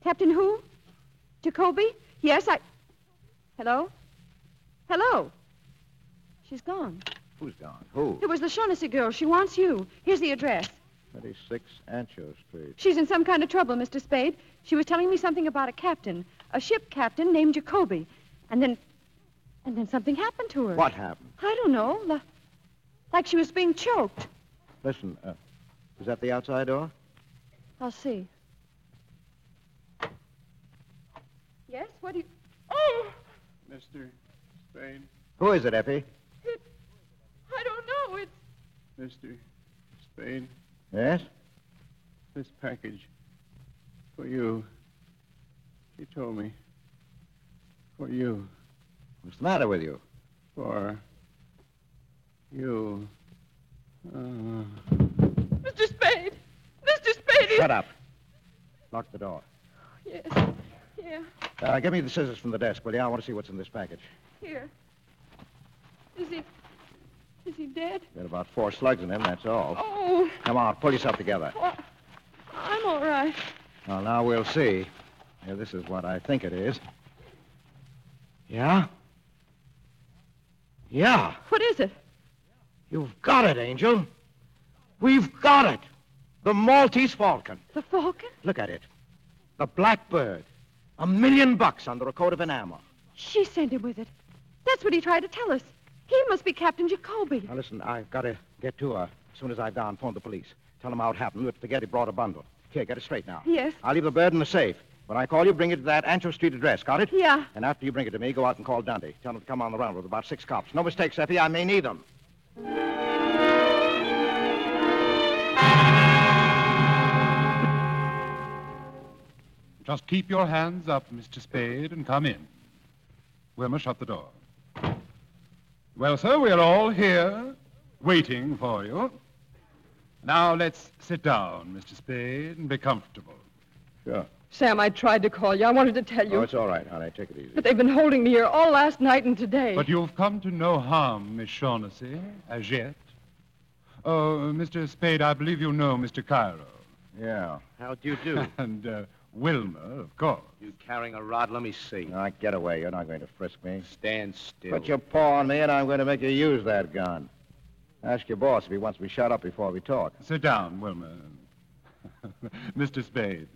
[SPEAKER 9] Captain who? Jacoby? Yes, I. Hello? Hello? She's gone.
[SPEAKER 4] Who's gone? Who?
[SPEAKER 9] *laughs* It was the Shaughnessy girl. She wants you. Here's the address.
[SPEAKER 4] 36 Ancho Street.
[SPEAKER 9] She's in some kind of trouble, Mr. Spade. She was telling me something about a captain, a ship captain named Jacoby. And then. And then something happened to her.
[SPEAKER 4] What happened?
[SPEAKER 9] I don't know. li- Like she was being choked.
[SPEAKER 4] Listen, uh, is that the outside door?
[SPEAKER 9] I'll see. Yes? What do you. Oh!
[SPEAKER 19] Mr. Spade,
[SPEAKER 4] Who is it, Effie?
[SPEAKER 7] I don't know. It's.
[SPEAKER 19] Mr. Spade,
[SPEAKER 4] Yes?
[SPEAKER 19] this package for you. She told me. For you.
[SPEAKER 4] What's the matter with you?
[SPEAKER 19] For you. Uh,
[SPEAKER 7] Mr. Spade! Mr. Spade!
[SPEAKER 4] Shut up. Lock the door.
[SPEAKER 7] Yes. Yeah.
[SPEAKER 4] Uh, give me the scissors from the desk, will you? I want to see what's in this package.
[SPEAKER 7] Here. Is he. Is he dead?
[SPEAKER 4] Got about four slugs in him, that's all.
[SPEAKER 7] Oh,
[SPEAKER 4] Come on, pull yourself together.
[SPEAKER 7] I'm all right.
[SPEAKER 4] Well, now we'll see. Yeah, this is what I think it is. Yeah? Yeah,
[SPEAKER 7] What is it?
[SPEAKER 19] You've got it, Angel. We've got it. The Maltese Falcon.
[SPEAKER 7] The falcon?
[SPEAKER 4] Look at it. The Blackbird. A million bucks under a coat of enamel.
[SPEAKER 7] She sent him with it. That's what he tried to tell us. He must be Captain Jacoby.
[SPEAKER 4] Now, listen, I've got to get to her. As soon as I've gone, phone the police. Tell them how it happened, but forget he brought a bundle. Here, get it straight now.
[SPEAKER 7] Yes.
[SPEAKER 4] I'll leave the bird in the safe. When I call you, bring it to that Ancho Street address. Got it?
[SPEAKER 7] Yeah.
[SPEAKER 4] And after you bring it to me, go out and call Dante. Tell him to come on the round with about six cops. No mistakes, Effie. I may need them.
[SPEAKER 16] Just keep your hands up, Mr. Spade, and come in. Wilma, shut the door. Well, sir, we're all here, waiting for you. Now let's sit down, Mr. Spade, and be comfortable.
[SPEAKER 4] Sure.
[SPEAKER 7] Sam, I tried to call you. I wanted to tell you.
[SPEAKER 4] Oh, it's all right, honey. Take it easy.
[SPEAKER 7] But they've been holding me here all last night and today.
[SPEAKER 16] But you've come to no harm, Miss Shaughnessy, as yet. Oh, Mr. Spade, I believe you know Mr. Cairo.
[SPEAKER 4] Yeah.
[SPEAKER 16] How do you do? *laughs* and uh, Wilmer, of course.
[SPEAKER 20] You carrying a rod? Let me see.
[SPEAKER 4] Now, get away. You're not going to frisk me.
[SPEAKER 20] Stand still.
[SPEAKER 4] Put your paw on me, and I'm going to make you use that gun. Ask your boss if he wants me shot up before we talk.
[SPEAKER 16] Sit down, Wilmer. *laughs* Mr. Spade,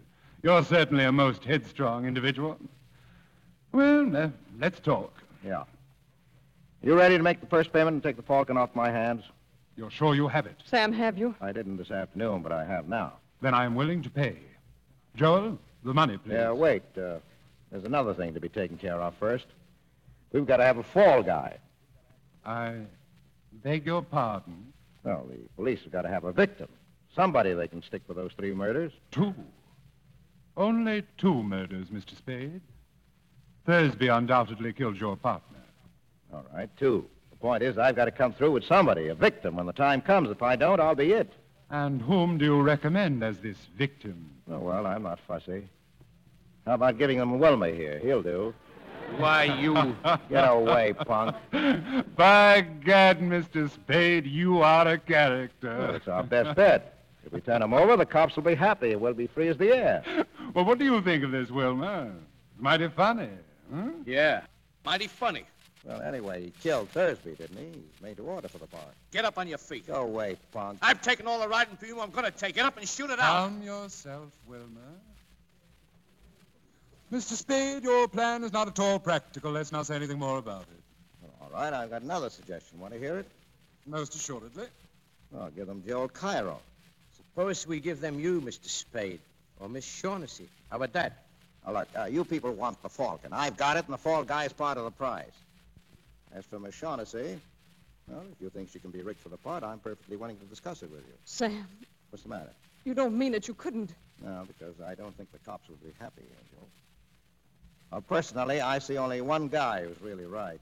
[SPEAKER 16] you're certainly a most headstrong individual. Well, uh, let's talk.
[SPEAKER 4] Yeah. You ready to make the first payment and take the falcon off my hands?
[SPEAKER 16] You're sure you have it?
[SPEAKER 7] Sam, have you?
[SPEAKER 4] I didn't this afternoon, but I have now.
[SPEAKER 16] Then I'm willing to pay. Joel, the money, please.
[SPEAKER 4] Yeah, wait. Uh, there's another thing to be taken care of first. We've got to have a fall guy.
[SPEAKER 16] I beg your pardon.
[SPEAKER 4] Well, the police have got to have a victim. Somebody they can stick for those three murders.
[SPEAKER 16] Two. Only two murders, Mr. Spade. Thursby undoubtedly killed your partner.
[SPEAKER 4] All right, two. The point is, I've got to come through with somebody, a victim, when the time comes. If I don't, I'll be it.
[SPEAKER 16] And whom do you recommend as this victim?
[SPEAKER 4] Oh, well, I'm not fussy. How about giving them Wilma here? He'll do.
[SPEAKER 20] Why, you.
[SPEAKER 4] *laughs* Get away, punk.
[SPEAKER 16] By gad, Mr. Spade, you are a character.
[SPEAKER 4] Well, it's our best bet. If we turn him over, the cops will be happy. We'll be free as the air.
[SPEAKER 16] Well, what do you think of this, Wilma? Mighty funny. Huh?
[SPEAKER 20] Yeah. Mighty funny.
[SPEAKER 4] Well, anyway, he killed Thursby, didn't he? He's made to order for the park.
[SPEAKER 15] Get up on your feet.
[SPEAKER 4] Go away, punk.
[SPEAKER 15] I've taken all the riding for you. I'm going to take it up and shoot it out.
[SPEAKER 16] Calm yourself, Wilma. Mr. Spade, your plan is not at all practical. Let's not say anything more about it.
[SPEAKER 4] Well, all right, I've got another suggestion. Want to hear it?
[SPEAKER 16] Most assuredly.
[SPEAKER 4] Well, give them Joel Oh, Cairo.
[SPEAKER 17] Suppose we give them you, Mr. Spade, or Miss Shaughnessy. How about that?
[SPEAKER 4] Now, look, uh, you people want the Falcon. I've got it, and the Fall Guy's part of the prize. As for Miss Shaughnessy, well, if you think she can be rigged for the part, I'm perfectly willing to discuss it with you.
[SPEAKER 7] Sam.
[SPEAKER 4] What's the matter?
[SPEAKER 7] You don't mean it. You couldn't.
[SPEAKER 4] No, because I don't think the cops would be happy, Angel. Well, personally, I see only one guy who's really right.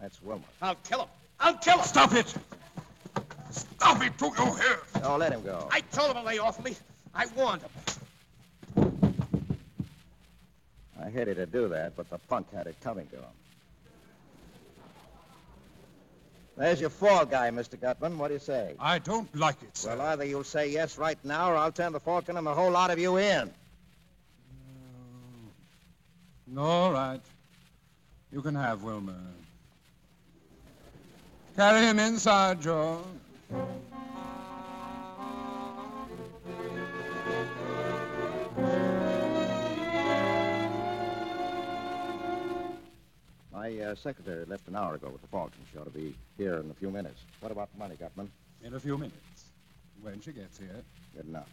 [SPEAKER 4] That's Wilmer.
[SPEAKER 15] I'll kill him. I'll kill him.
[SPEAKER 16] Stop it! Stop it, you here!
[SPEAKER 4] Oh, let him go.
[SPEAKER 15] I told him to lay off me. I warned him.
[SPEAKER 4] I hated to do that, but the punk had it coming to him. There's your fall guy, Mr. Gutman. What do you say?
[SPEAKER 16] I don't like it, sir.
[SPEAKER 4] Well, either you'll say yes right now, or I'll turn the Falcon and the whole lot of you in.
[SPEAKER 16] No. All right. You can have Wilmer. Carry him inside, Joe.
[SPEAKER 4] My uh, secretary left an hour ago with the Falcon. She ought to be here in a few minutes. What about the money, Gutman?
[SPEAKER 16] In a few minutes. When she gets here.
[SPEAKER 4] Good enough.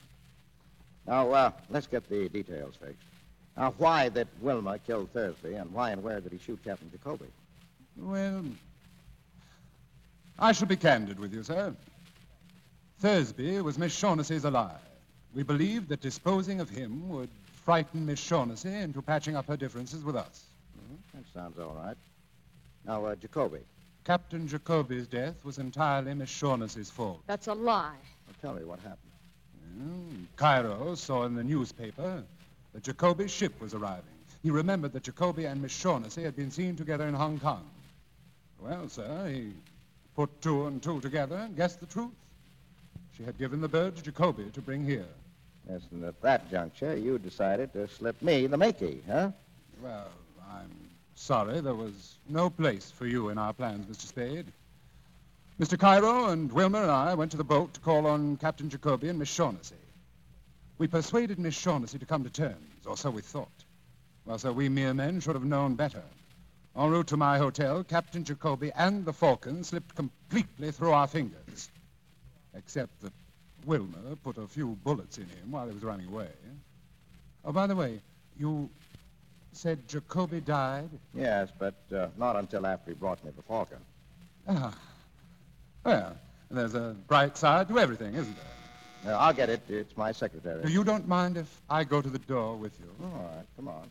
[SPEAKER 4] Now, uh, let's get the details fixed. Now, why that Wilma killed Thursby, and why and where did he shoot Captain Jacoby?
[SPEAKER 16] Well, I shall be candid with you, sir. Thursby was Miss Shaughnessy's ally. We believed that disposing of him would frighten Miss Shaughnessy into patching up her differences with us.
[SPEAKER 4] Hmm, That sounds all right. Now, uh, Jacoby.
[SPEAKER 16] Captain Jacoby's death was entirely Miss Shaughnessy's fault.
[SPEAKER 7] That's a lie.
[SPEAKER 4] Well, tell me what happened.
[SPEAKER 16] Well, Cairo saw in the newspaper that Jacoby's ship was arriving. He remembered that Jacoby and Miss Shaughnessy had been seen together in Hong Kong. Well, sir, he put two and two together and guessed the truth. She had given the bird to Jacoby to bring here.
[SPEAKER 4] Yes, and at that juncture, you decided to slip me the makey, huh?
[SPEAKER 16] Well, I'm Sorry, there was no place for you in our plans, Mr. Spade. Mr. Cairo and Wilmer and I went to the boat to call on Captain Jacoby and Miss Shaughnessy. We persuaded Miss Shaughnessy to come to terms, or so we thought. Well, sir, we mere men should have known better. En route to my hotel, Captain Jacoby and the Falcon slipped completely through our fingers. Except that Wilmer put a few bullets in him while he was running away. Oh, by the way, you said Jacoby died?
[SPEAKER 4] Yes, but uh, not until after he brought me the falcon.
[SPEAKER 16] Ah. Well, there's a bright side to everything, isn't there?
[SPEAKER 4] Uh, I'll get it. It's my secretary.
[SPEAKER 16] You don't mind if I go to the door with you?
[SPEAKER 4] All right, come on.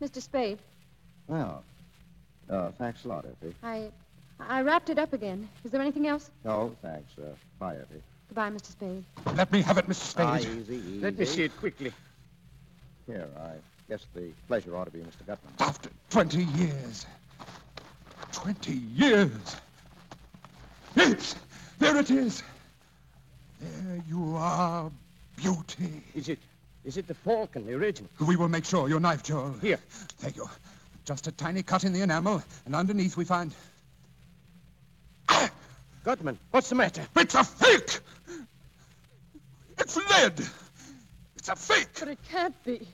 [SPEAKER 9] Mr. Spade.
[SPEAKER 4] Well, uh, thanks a lot, Effie.
[SPEAKER 9] I, I wrapped it up again. Is there anything else?
[SPEAKER 4] No, thanks. Uh, bye, Effie.
[SPEAKER 9] Goodbye, Mr. Spade.
[SPEAKER 16] Let me have it, Mr. Spade.
[SPEAKER 4] Ah, easy, easy.
[SPEAKER 20] Let me see it quickly.
[SPEAKER 4] Here, I Guess the pleasure ought to be Mr. Gutman.
[SPEAKER 16] After 20 years. 20 years. Yes, there it is. There you are, beauty.
[SPEAKER 20] Is it?
[SPEAKER 10] Is it the Falcon, the original?
[SPEAKER 16] We will make sure. Your knife, Joel.
[SPEAKER 10] Here.
[SPEAKER 16] Thank you. Just a tiny cut in the enamel, and underneath we find.
[SPEAKER 10] Gutman, what's the matter?
[SPEAKER 16] It's a fake! It's lead! It's a fake!
[SPEAKER 7] But it can't be.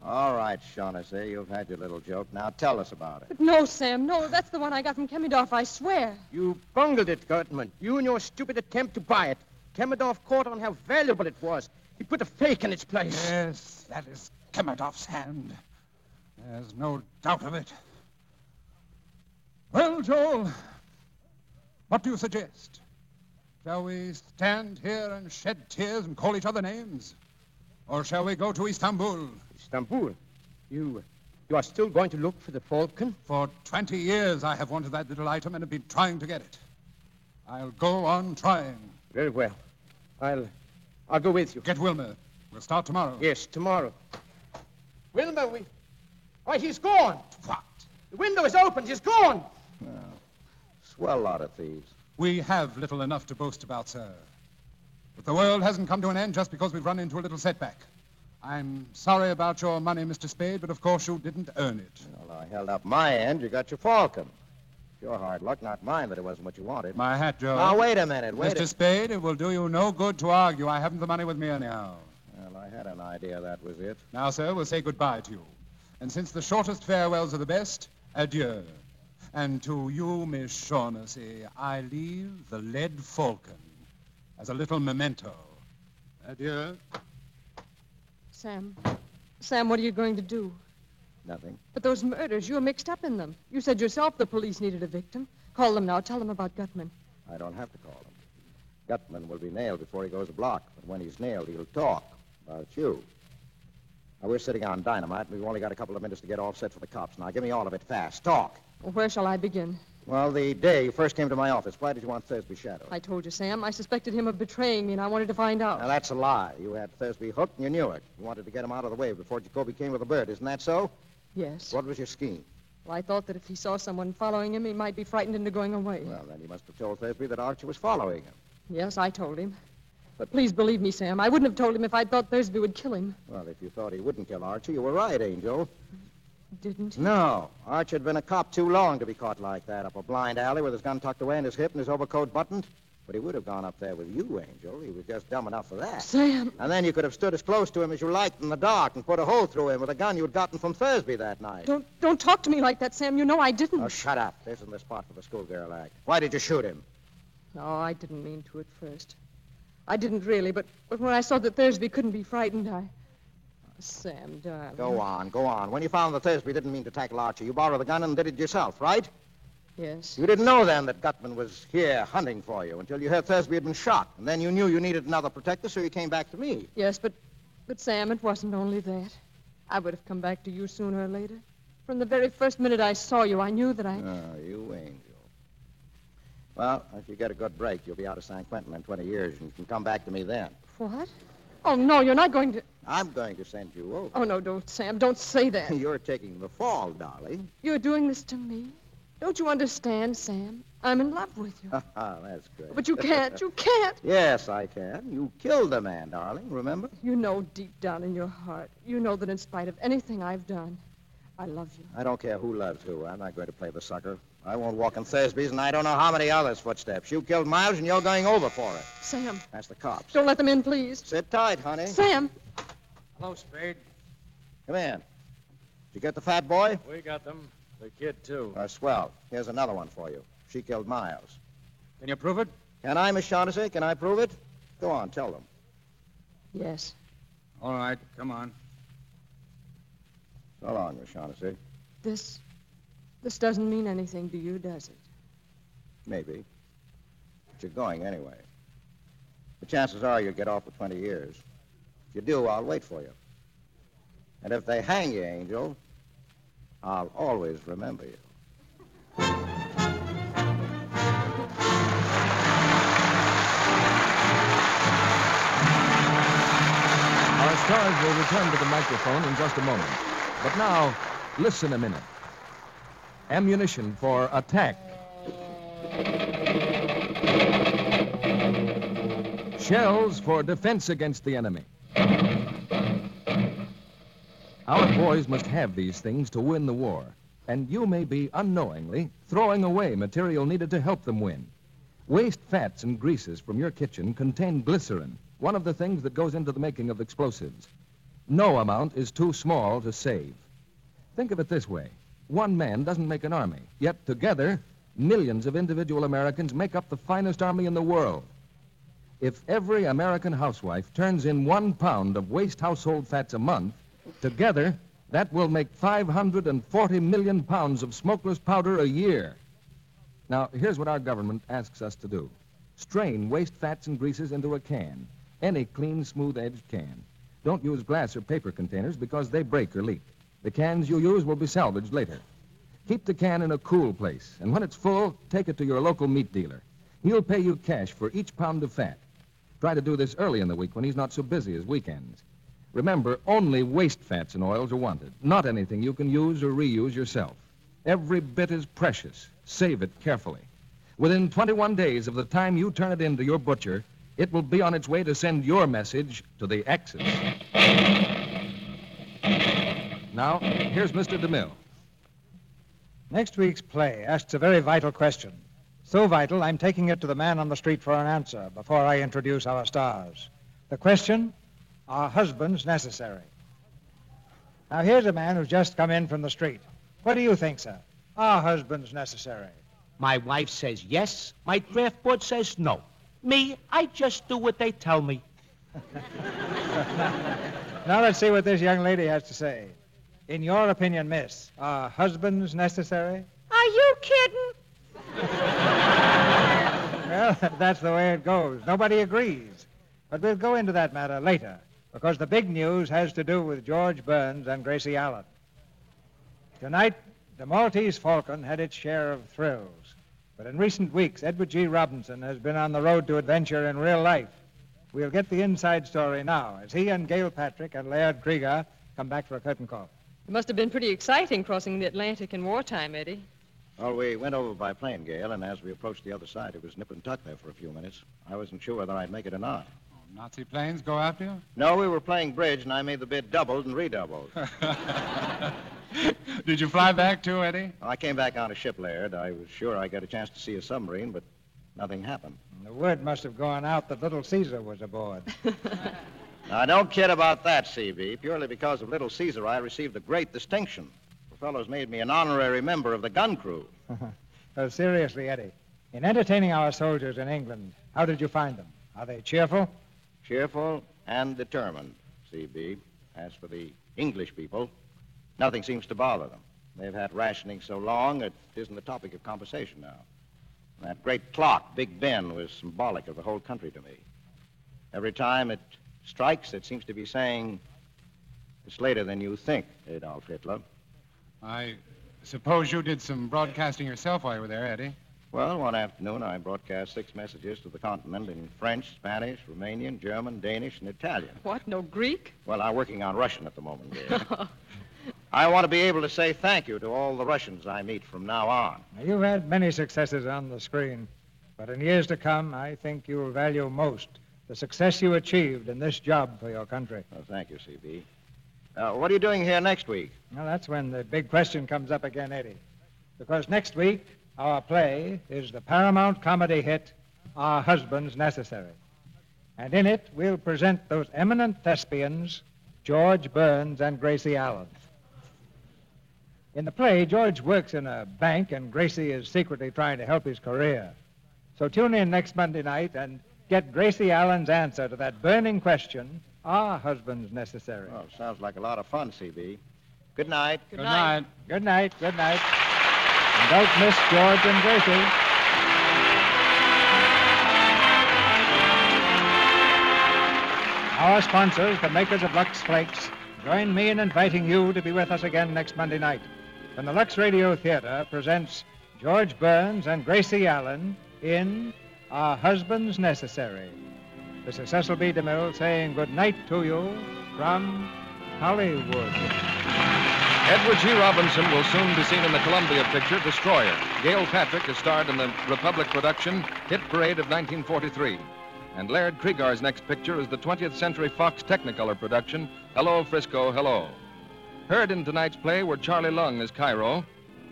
[SPEAKER 4] All right, Shaughnessy, you've had your little joke. Now tell us about it.
[SPEAKER 7] But no, Sam, no. That's the one I got from Kemidoff, I swear.
[SPEAKER 10] You bungled it, Gutman. You and your stupid attempt to buy it. Kemadoff caught on how valuable it was. He put a fake in its place.
[SPEAKER 16] Yes, that is Kemadoff's hand. There's no doubt of it. Well, Joel, what do you suggest? Shall we stand here and shed tears and call each other names? Or shall we go to Istanbul?
[SPEAKER 10] Istanbul? You. You are still going to look for the falcon?
[SPEAKER 16] For 20 years I have wanted that little item and have been trying to get it. I'll go on trying.
[SPEAKER 10] Very well. I'll. I'll go with you.
[SPEAKER 16] Get Wilmer. We'll start tomorrow.
[SPEAKER 10] Yes, tomorrow. Wilma, we. Why, he's gone.
[SPEAKER 16] What?
[SPEAKER 10] The window is open. He's gone.
[SPEAKER 4] Well, swell lot of thieves.
[SPEAKER 16] We have little enough to boast about, sir. But the world hasn't come to an end just because we've run into a little setback. I'm sorry about your money, Mr. Spade, but of course you didn't earn it.
[SPEAKER 4] Well, I held up my end. You got your falcon. Your hard luck, not mine, that it wasn't what you wanted.
[SPEAKER 16] My hat, Joe.
[SPEAKER 4] Now, wait a minute. Wait
[SPEAKER 16] Mr.
[SPEAKER 4] a...
[SPEAKER 16] Spade, it will do you no good to argue. I haven't the money with me anyhow.
[SPEAKER 4] Well, I had an idea that was it.
[SPEAKER 16] Now, sir, we'll say goodbye to you. And since the shortest farewells are the best, adieu. And to you, Miss Shaughnessy, I leave the lead falcon as a little memento. Adieu.
[SPEAKER 7] Sam. Sam, what are you going to do?
[SPEAKER 4] Nothing.
[SPEAKER 7] But those murders, you're mixed up in them. You said yourself the police needed a victim. Call them now. Tell them about Gutman.
[SPEAKER 4] I don't have to call him. Gutman will be nailed before he goes a block, but when he's nailed, he'll talk about you. Now, we're sitting on dynamite, and we've only got a couple of minutes to get all set for the cops. Now, give me all of it fast. Talk.
[SPEAKER 7] Well, where shall I begin?
[SPEAKER 4] Well, the day you first came to my office, why did you want Thursby shadowed?
[SPEAKER 7] I told you, Sam. I suspected him of betraying me, and I wanted to find out.
[SPEAKER 4] Now, that's a lie. You had Thursby hooked, and you knew it. You wanted to get him out of the way before Jacoby came with the bird. Isn't that so?
[SPEAKER 7] Yes.
[SPEAKER 4] What was your scheme?
[SPEAKER 7] Well, I thought that if he saw someone following him, he might be frightened into going away.
[SPEAKER 4] Well, then you must have told Thursby that Archie was following him.
[SPEAKER 7] Yes, I told him. But please believe me, Sam. I wouldn't have told him if I thought Thursby would kill him.
[SPEAKER 4] Well, if you thought he wouldn't kill Archie, you were right, Angel.
[SPEAKER 7] Didn't he?
[SPEAKER 4] No. Archie had been a cop too long to be caught like that, up a blind alley with his gun tucked away in his hip and his overcoat buttoned. But he would have gone up there with you, Angel. He was just dumb enough for that.
[SPEAKER 7] Sam.
[SPEAKER 4] And then you could have stood as close to him as you liked in the dark and put a hole through him with a gun you'd gotten from Thursby that night.
[SPEAKER 7] Don't don't talk to me like that, Sam. You know I didn't.
[SPEAKER 4] Oh, shut up. This isn't the spot for the schoolgirl act. Why did you shoot him?
[SPEAKER 7] No, I didn't mean to at first. I didn't really, but, but when I saw that Thursby couldn't be frightened, I. Oh, Sam, darling.
[SPEAKER 4] Go on, go on. When you found that Thursby didn't mean to tackle Archie, you borrowed the gun and did it yourself, right?
[SPEAKER 7] Yes.
[SPEAKER 4] You didn't know then that Gutman was here hunting for you until you heard Thursby had been shot. And then you knew you needed another protector, so you came back to me.
[SPEAKER 7] Yes, but. But, Sam, it wasn't only that. I would have come back to you sooner or later. From the very first minute I saw you, I knew that I.
[SPEAKER 4] Oh, you angel. Well, if you get a good break, you'll be out of San Quentin in 20 years, and you can come back to me then.
[SPEAKER 7] What? Oh, no, you're not going to.
[SPEAKER 4] I'm going to send you over. *laughs*
[SPEAKER 7] Oh, no, don't, Sam. Don't say that.
[SPEAKER 4] You're taking the fall, darling. *laughs*
[SPEAKER 7] You're doing this to me. Don't you understand, Sam? I'm in love with
[SPEAKER 4] *laughs*
[SPEAKER 7] you.
[SPEAKER 4] Ah, That's good.
[SPEAKER 7] But you can't.
[SPEAKER 4] *laughs*
[SPEAKER 7] You can't.
[SPEAKER 4] yes, I can. You killed a man, darling, remember?
[SPEAKER 7] You know deep down in your heart, you know that in spite of anything I've done, I love you.
[SPEAKER 4] I don't care who loves who. I'm not going to play the sucker. I won't walk in Thursby's, and I don't know how many others' footsteps. You killed Miles, and you're going over for it.
[SPEAKER 7] Sam.
[SPEAKER 4] That's the cops.
[SPEAKER 7] Don't let them in, please.
[SPEAKER 4] Sit tight, honey.
[SPEAKER 7] Sam.
[SPEAKER 8] Hello, Spade.
[SPEAKER 4] Come in. Did you get the fat boy?
[SPEAKER 8] We got them. The kid, too.
[SPEAKER 4] Oh, swell. Here's another one for you. She killed Miles.
[SPEAKER 8] Can you prove it?
[SPEAKER 4] Can I, Miss Shaughnessy? Can I prove it? Go on, tell them.
[SPEAKER 7] Yes.
[SPEAKER 8] All right, come on.
[SPEAKER 4] So long, Miss Shaughnessy.
[SPEAKER 7] This. This doesn't mean anything to you, does it?
[SPEAKER 4] Maybe. But you're going anyway. The chances are you'll get off for 20 years. If you do, I'll wait for you. And if they hang you, Angel, I'll always remember you.
[SPEAKER 1] Our stars will return to the microphone in just a moment. But now, listen a minute. Ammunition for attack. Shells for defense against the enemy. Our boys must have these things to win the war, and you may be unknowingly throwing away material needed to help them win. Waste fats and greases from your kitchen contain glycerin, one of the things that goes into the making of explosives. No amount is too small to save. Think of it this way one man doesn't make an army, yet together, millions of individual Americans make up the finest army in the world. If every American housewife turns in one pound of waste household fats a month, together, that will make 540 million pounds of smokeless powder a year. Now, here's what our government asks us to do strain waste fats and greases into a can, any clean, smooth edged can. Don't use glass or paper containers because they break or leak. The cans you use will be salvaged later. Keep the can in a cool place, and when it's full, take it to your local meat dealer. He'll pay you cash for each pound of fat. Try to do this early in the week when he's not so busy as weekends. Remember, only waste fats and oils are wanted, not anything you can use or reuse yourself. Every bit is precious. Save it carefully. Within 21 days of the time you turn it in to your butcher, it will be on its way to send your message to the Axis. Now, here's Mr. DeMille.
[SPEAKER 2] Next week's play asks a very vital question. So vital, I'm taking it to the man on the street for an answer before I introduce our stars. The question Are husbands necessary? Now, here's a man who's just come in from the street. What do you think, sir? Are husbands necessary?
[SPEAKER 21] My wife says yes. My draft board says no. Me, I just do what they tell me.
[SPEAKER 2] Now, let's see what this young lady has to say. In your opinion, miss, are husbands necessary?
[SPEAKER 22] Are you kidding?
[SPEAKER 2] Well, *laughs* that's the way it goes. Nobody agrees. But we'll go into that matter later, because the big news has to do with George Burns and Gracie Allen. Tonight, the Maltese Falcon had its share of thrills. But in recent weeks, Edward G. Robinson has been on the road to adventure in real life. We'll get the inside story now as he and Gail Patrick and Laird Krieger come back for a curtain call.
[SPEAKER 7] It must have been pretty exciting crossing the Atlantic in wartime, Eddie.
[SPEAKER 4] Well, we went over by plane, Gale, and as we approached the other side, it was nip and tuck there for a few minutes. I wasn't sure whether I'd make it or not.
[SPEAKER 16] Nazi planes go after you? *laughs*
[SPEAKER 4] No, we were playing bridge, and I made the bid doubled and redoubled.
[SPEAKER 16] Did you fly back too, Eddie?
[SPEAKER 4] I came back on a ship, Laird. I was sure I got a chance to see a submarine, but nothing happened.
[SPEAKER 2] The word must have gone out that little Caesar was aboard.
[SPEAKER 4] Now, don't kid about that, CB. Purely because of Little Caesar, I received a great distinction. The fellows made me an honorary member of the gun crew.
[SPEAKER 2] Uh, seriously, Eddie, in entertaining our soldiers in England, how did you find them? Are they cheerful?
[SPEAKER 4] Cheerful and determined, CB. As for the English people, nothing seems to bother them. They've had rationing so long, it isn't the topic of conversation now. That great clock, Big Ben, was symbolic of the whole country to me. Every time it strikes, it seems to be saying, it's later than you think, Adolf Hitler.
[SPEAKER 16] I suppose you did some broadcasting yourself while you were there, Eddie.
[SPEAKER 4] Well, one afternoon, I broadcast six messages to the continent in French, Spanish, Romanian, German, Danish, and Italian.
[SPEAKER 7] What, no Greek?
[SPEAKER 4] Well, I'm working on Russian at the moment,
[SPEAKER 7] *laughs*
[SPEAKER 4] dear. I want to be able to say thank you to all the Russians I meet from now on.
[SPEAKER 2] Now, you've had many successes on the screen, but in years to come, I think you'll value most the success you achieved in this job for your country.
[SPEAKER 4] Well, thank you, CB. Uh, what are you doing here next week?
[SPEAKER 2] Now, that's when the big question comes up again, Eddie. Because next week, our play is the Paramount comedy hit, Are Husbands Necessary? And in it, we'll present those eminent thespians, George Burns and Gracie Allen. In the play, George works in a bank, and Gracie is secretly trying to help his career. So tune in next Monday night and get Gracie Allen's answer to that burning question Are Ah, husbands necessary?
[SPEAKER 4] Well, sounds like a lot of fun, CB. Good night.
[SPEAKER 7] Good Good night.
[SPEAKER 2] Good night. Good night. And don't miss George and Gracie. Our sponsors, the makers of Lux Flakes, join me in inviting you to be with us again next Monday night when the Lux Radio Theater presents George Burns and Gracie Allen in Are Husbands Necessary? This is Cecil B. DeMille saying good night to you from Hollywood.
[SPEAKER 1] Edward G. Robinson will soon be seen in the Columbia picture Destroyer. Gail Patrick has starred in the Republic production Hit Parade of 1943. And Laird Kriegar's next picture is the 20th Century Fox Technicolor production Hello, Frisco, Hello. Heard in tonight's play were Charlie Lung as Cairo,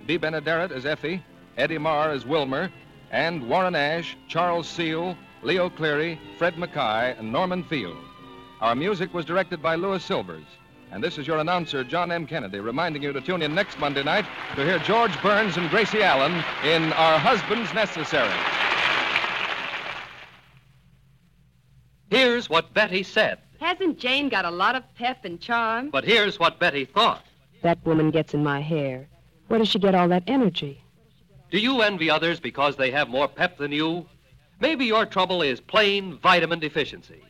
[SPEAKER 1] B. Benaderet as Effie, Eddie Marr as Wilmer, and Warren Ash, Charles Seal, Leo Cleary, Fred Mackay, and Norman Field. Our music was directed by Louis Silvers. And this is your announcer, John M. Kennedy, reminding you to tune in next Monday night to hear George Burns and Gracie Allen in Our Husbands Necessary.
[SPEAKER 6] Here's what Betty said,
[SPEAKER 22] Hasn't Jane got a lot of pep and charm?
[SPEAKER 6] but here's what Betty thought.
[SPEAKER 23] That woman gets in my hair. Where does she get all that energy?
[SPEAKER 6] Do you envy others because they have more pep than you? Maybe your trouble is plain vitamin deficiency.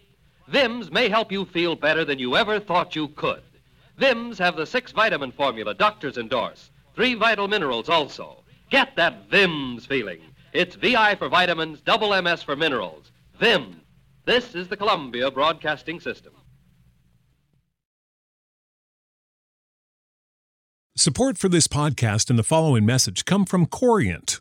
[SPEAKER 6] Vims may help you feel better than you ever thought you could. Vims have the six vitamin formula doctors endorse, three vital minerals also. Get that Vims feeling. It's VI for vitamins, double MS for minerals. Vim. This is the Columbia Broadcasting System.
[SPEAKER 24] Support for this podcast and the following message come from Corient.